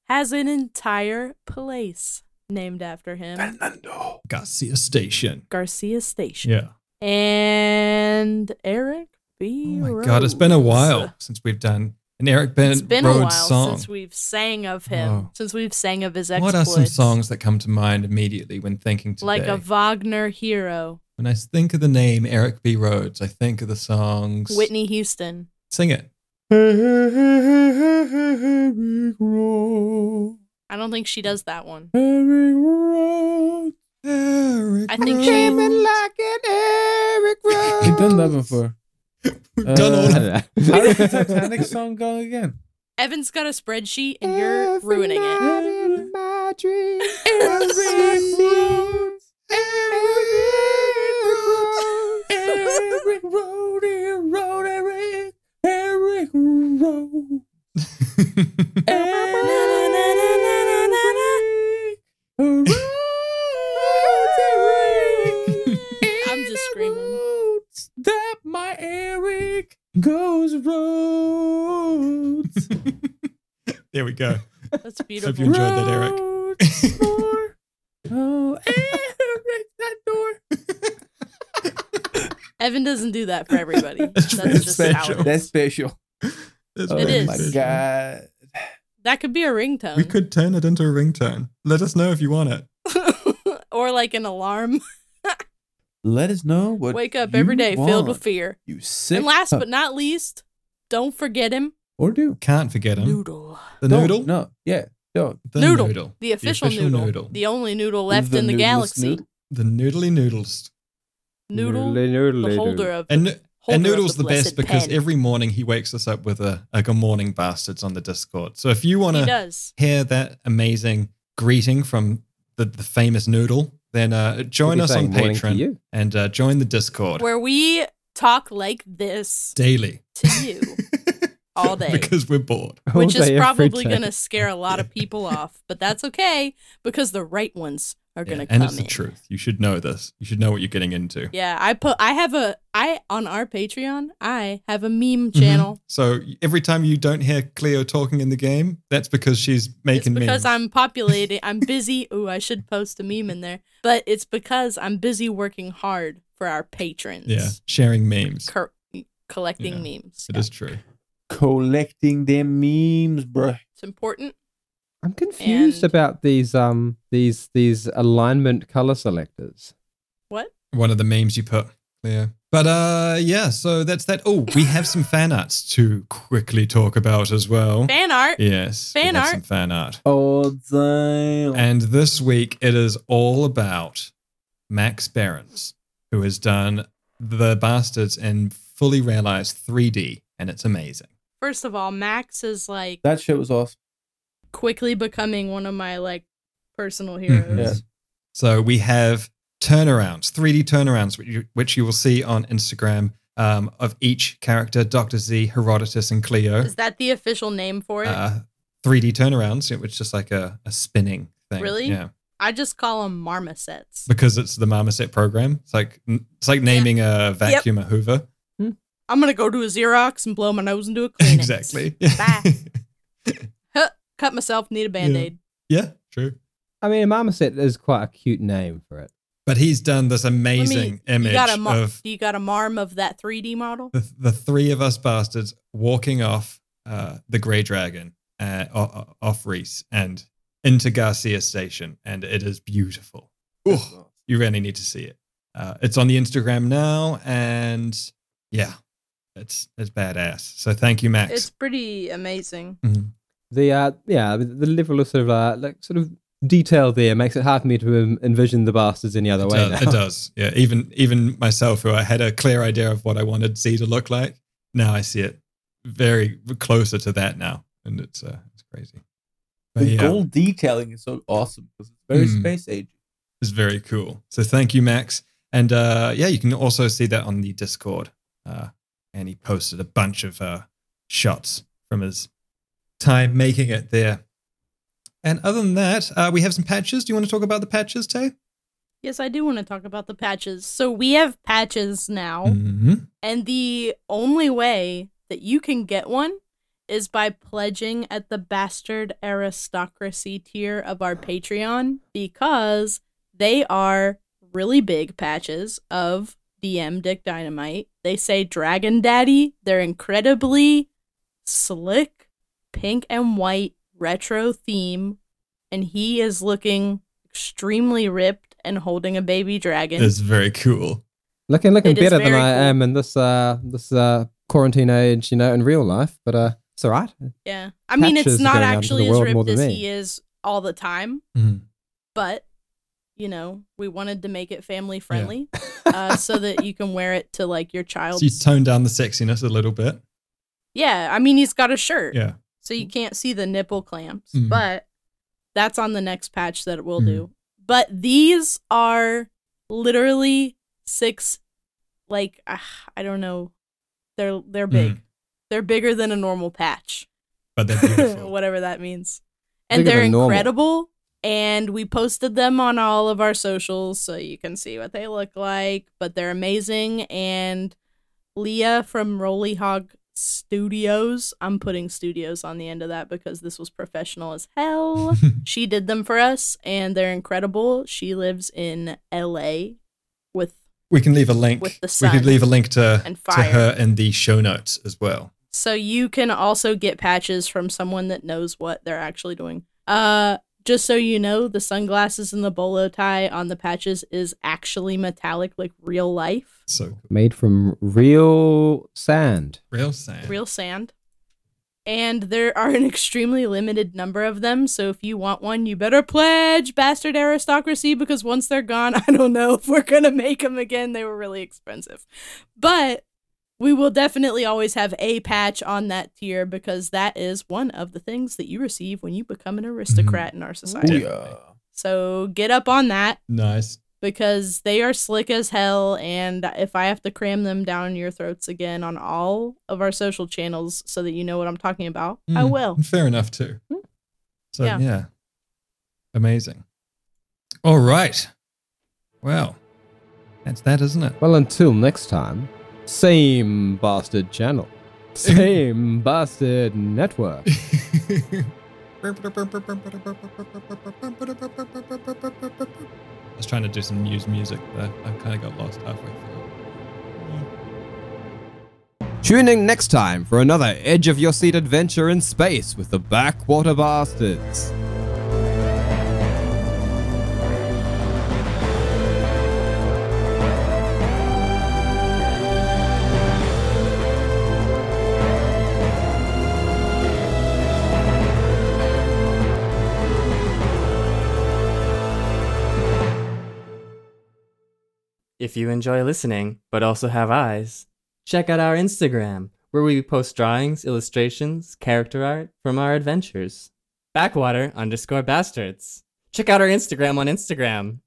C: has an entire place named after him
B: Garcia Station.
C: Garcia Station.
B: Yeah.
C: And Eric
B: Oh
C: B.
B: my god, it's been a
C: Rhodes.
B: while since we've done an Eric Ben
C: It's been a
B: Rhodes
C: while
B: song.
C: since we've sang of him,
B: Oh.
C: since we've sang of his
B: what
C: exploits.
B: are some songs that come to mind immediately when thinking today?
C: Like a Wagner hero,
B: when I think of the name Eric B. Rhodes, I think of the songs.
C: Whitney Houston.
B: Sing it.
D: Eric Rowe.
C: I don't think she does that one.
D: Eric Rowe.
B: Eric
C: I think she- Living
B: like an Eric
D: We've done that before.
B: We've done all of
A: I
D: How
A: don't
D: does the
A: know.
D: Titanic song go again?
C: Evan's got a spreadsheet and you're ruining it.
D: Eric Road, Eric Road, Eric, Eric Road, Eric Road, Eric.
C: I'm just screaming.
D: Roads that my Eric goes roads.
B: there we go.
C: That's beautiful.
B: you enjoyed that, Eric.
D: Roads more. Oh, Eric, that door.
C: Evan doesn't do that for everybody. That's
B: really
C: just how
B: special.
C: it is.
I: That's special.
B: That's
I: Oh
C: It
B: very
C: is.
I: my
B: good.
I: god.
C: That could be a ringtone.
B: We could turn it into a ringtone. Let us know if you want it.
C: or like an alarm.
I: Let us know what
C: Wake up every
I: you
C: day filled with
I: want,
C: fear.
I: You sick.
C: and last
I: fuck.
C: but not least, don't forget him.
I: or do
B: Can't forget him.
C: Noodle.
B: The
I: Don't-
B: noodle.
A: Oh,
I: No, yeah, don't.
B: The
C: Noodle.
B: noodle.
C: The official, noodle, The only noodle left
I: The
C: in the
I: noodlest
C: galaxy.
I: noodle.
B: the noodly noodles.
C: Noodle,
A: Noodle,
C: the
A: noodle.
C: holder of
B: And
C: holder
B: and
C: of
B: Noodle's the, best
C: blessed
B: because
C: pen.
B: every morning he wakes us up with a, a good morning bastards on the Discord. So if you want
C: he
B: to
C: does.
B: hear that amazing greeting from the, the famous Noodle, then uh,
A: We'll
B: join
A: be
B: us on
A: saying morning to
B: Patreon
A: you.
B: and uh, join the Discord
C: Where we talk like this
B: daily.
C: to you all day.
B: because we're bored.
A: All
C: which is
A: day, every
C: probably
A: day.
C: going to scare a lot of people off, but that's okay because the right ones are going
B: Yeah,
C: to come
B: And it's the
C: in.
B: truth. You should know this. You should know what you're getting into.
C: Yeah, I put I have a I on our Patreon, I have a
B: Mm-hmm.
C: meme channel.
B: So every time you don't hear Cleo talking in the game, that's because she's
C: It's
B: making
C: because
B: memes.
C: I'm populating, I'm busy. Ooh, I should post a meme in there. But it's because I'm busy working hard for our patrons.
B: yeah, sharing memes.
C: Cor- collecting memes.
B: It
C: Yeah.
B: is true.
I: Collecting them memes, bruh.
C: It's important.
A: I'm confused
C: And-
A: about these um these these alignment color selectors.
C: What?
B: one of the memes you put yeah but uh yeah so that's that oh we have some fan arts to quickly talk about as well
C: Fan art.
B: yes we
C: Fan
B: have
C: art?
B: some fan art
I: Oh damn.
B: and this week it is all about max Behrens, who has done the bastards in fully realized 3d and it's amazing
C: First of all, Max is like
I: that shit was awesome.
C: quickly becoming one of my like personal heroes.
I: Yeah.
B: So we have turnarounds, 3D turnarounds, which you, which you will see on Instagram um, of each character Dr. Z, Herodotus, and Cleo.
C: Is that the official name for it?
B: Uh, 3D turnarounds, yeah, which is just like a, a spinning thing.
C: Really?
B: Yeah.
C: I just call them marmosets.
B: Because it's the Marmoset program. It's like it's like naming a vacuum a Hoover.
C: I'm gonna go do a Xerox and blow my nose into a Kleenex.
B: exactly.
C: Bye. Cut myself, need a band aid.
B: Yeah, true.
A: I mean, marmoset is quite a cute name for it.
B: But he's done this amazing image
C: you got a mar-
B: of
C: you got a marm of that 3D model?
B: the, the three of us bastards walking off uh, the Grey Dragon uh, o- o- off Reese and into Garcia Station, and it is beautiful. Ooh, you really need to see it. Uh, it's on the Instagram now, and yeah, it's it's badass. So thank you, Max.
C: It's pretty amazing.
B: Mhm.
A: The uh, yeah, the- the level of sort of uh, like sort of detail there makes it hard for me to um, envision the bastards any other
B: it,
A: way.
B: does,
A: now.
B: it does. Yeah, even even myself, who I had a clear idea of what I wanted Z to look like, now I see it very closer to that now, and it's uh, it's crazy. But
D: The
B: yeah.
D: gold detailing is so awesome because it's very
B: Mm.
D: space age.
B: is very cool. So thank you, Max. And uh, yeah, you can also see that on the Discord. Uh, and he posted a bunch of uh, shots from his time making it there. And other than that, uh, we have some patches. Do you want to talk about the patches, Tay?
C: Yes, I do want to talk about the patches. So we have patches now,
B: Mm-hmm.
C: and the only way that you can get one is by pledging at the bastard aristocracy tier of our Patreon because they are really big patches of DM Dick Dynamite. They say Dragon Daddy. They're incredibly slick, pink and white retro theme, and he is looking extremely ripped and holding a baby dragon.
B: It's very cool.
A: Looking looking
C: It is
A: better than
C: very
A: I
C: cool.
A: am in this uh this uh quarantine age, you know, in real life. But uh, it's all right.
C: Yeah. I mean,
A: patches
C: it's not
A: going out into the
C: actually as
A: world more
C: ripped
A: than
C: as
A: me.
C: he is all the time,
B: Mhm.
C: but, you know, we wanted to make it family friendly uh, so that you can wear it to like your
B: So
C: child's.
B: you tone down the sexiness a little bit.
C: yeah. I mean, he's got a shirt,
B: Yeah.
C: so you can't see the nipple clamps,
A: Mm-hmm.
B: Mhm.
C: but that's on the next patch that it will
B: Mhm.
C: do.
A: Mm-hmm.
C: But these are literally six, like, ah, I don't know. They're, they're
A: Mm-hmm.
C: big. They're bigger than a normal patch.
B: But they're beautiful.
C: whatever that means. And
A: Bigger
C: they're
A: than normal.
C: incredible. And we posted them on all of our socials so you can see what they look like. But they're amazing. And Leah from Roly Hog Studios, I'm putting studios on the end of that because this was professional as hell. she did them for us and they're incredible. She lives in LA with
B: we can leave a link.
C: With the
B: We
C: sun
B: could leave a link to,
C: and
B: to
C: fire.
B: her in the show notes as well.
C: So you can also get patches from someone that knows what they're actually doing. Uh just so you know, the sunglasses and the bolo tie on the patches is actually metallic like real life,
B: So cool.
A: Made from real sand.
B: real sand.
C: real sand. And there are an extremely limited number of them, so if you want one, you better pledge bastard aristocracy because once they're gone, I don't know if we're going to make them again. They were really expensive. But we will definitely always have a patch on that tier because that is one of the things that you receive when you become an aristocrat in our society.
B: Definitely.
C: So get up on that
B: Nice.
C: because they are slick as hell. And if I have to cram them down your throats again on all of our social channels so that you know what I'm talking about, I
B: Mm,
C: will.
B: Fair enough too. So yeah.
C: Oh. Yeah.
B: Amazing. All right. Well, that's that, isn't it?
A: Well, until next time, same bastard channel, same bastard network.
B: I was trying to do some news music, but I kind of got lost halfway through.
A: Tune in next time for another edge of your seat adventure in space with the Backwater Bastards.
J: If you enjoy listening, but also have eyes, check out our Instagram, where we post drawings, illustrations, character art from our adventures. Backwater underscore bastards. Check out our Instagram on Instagram.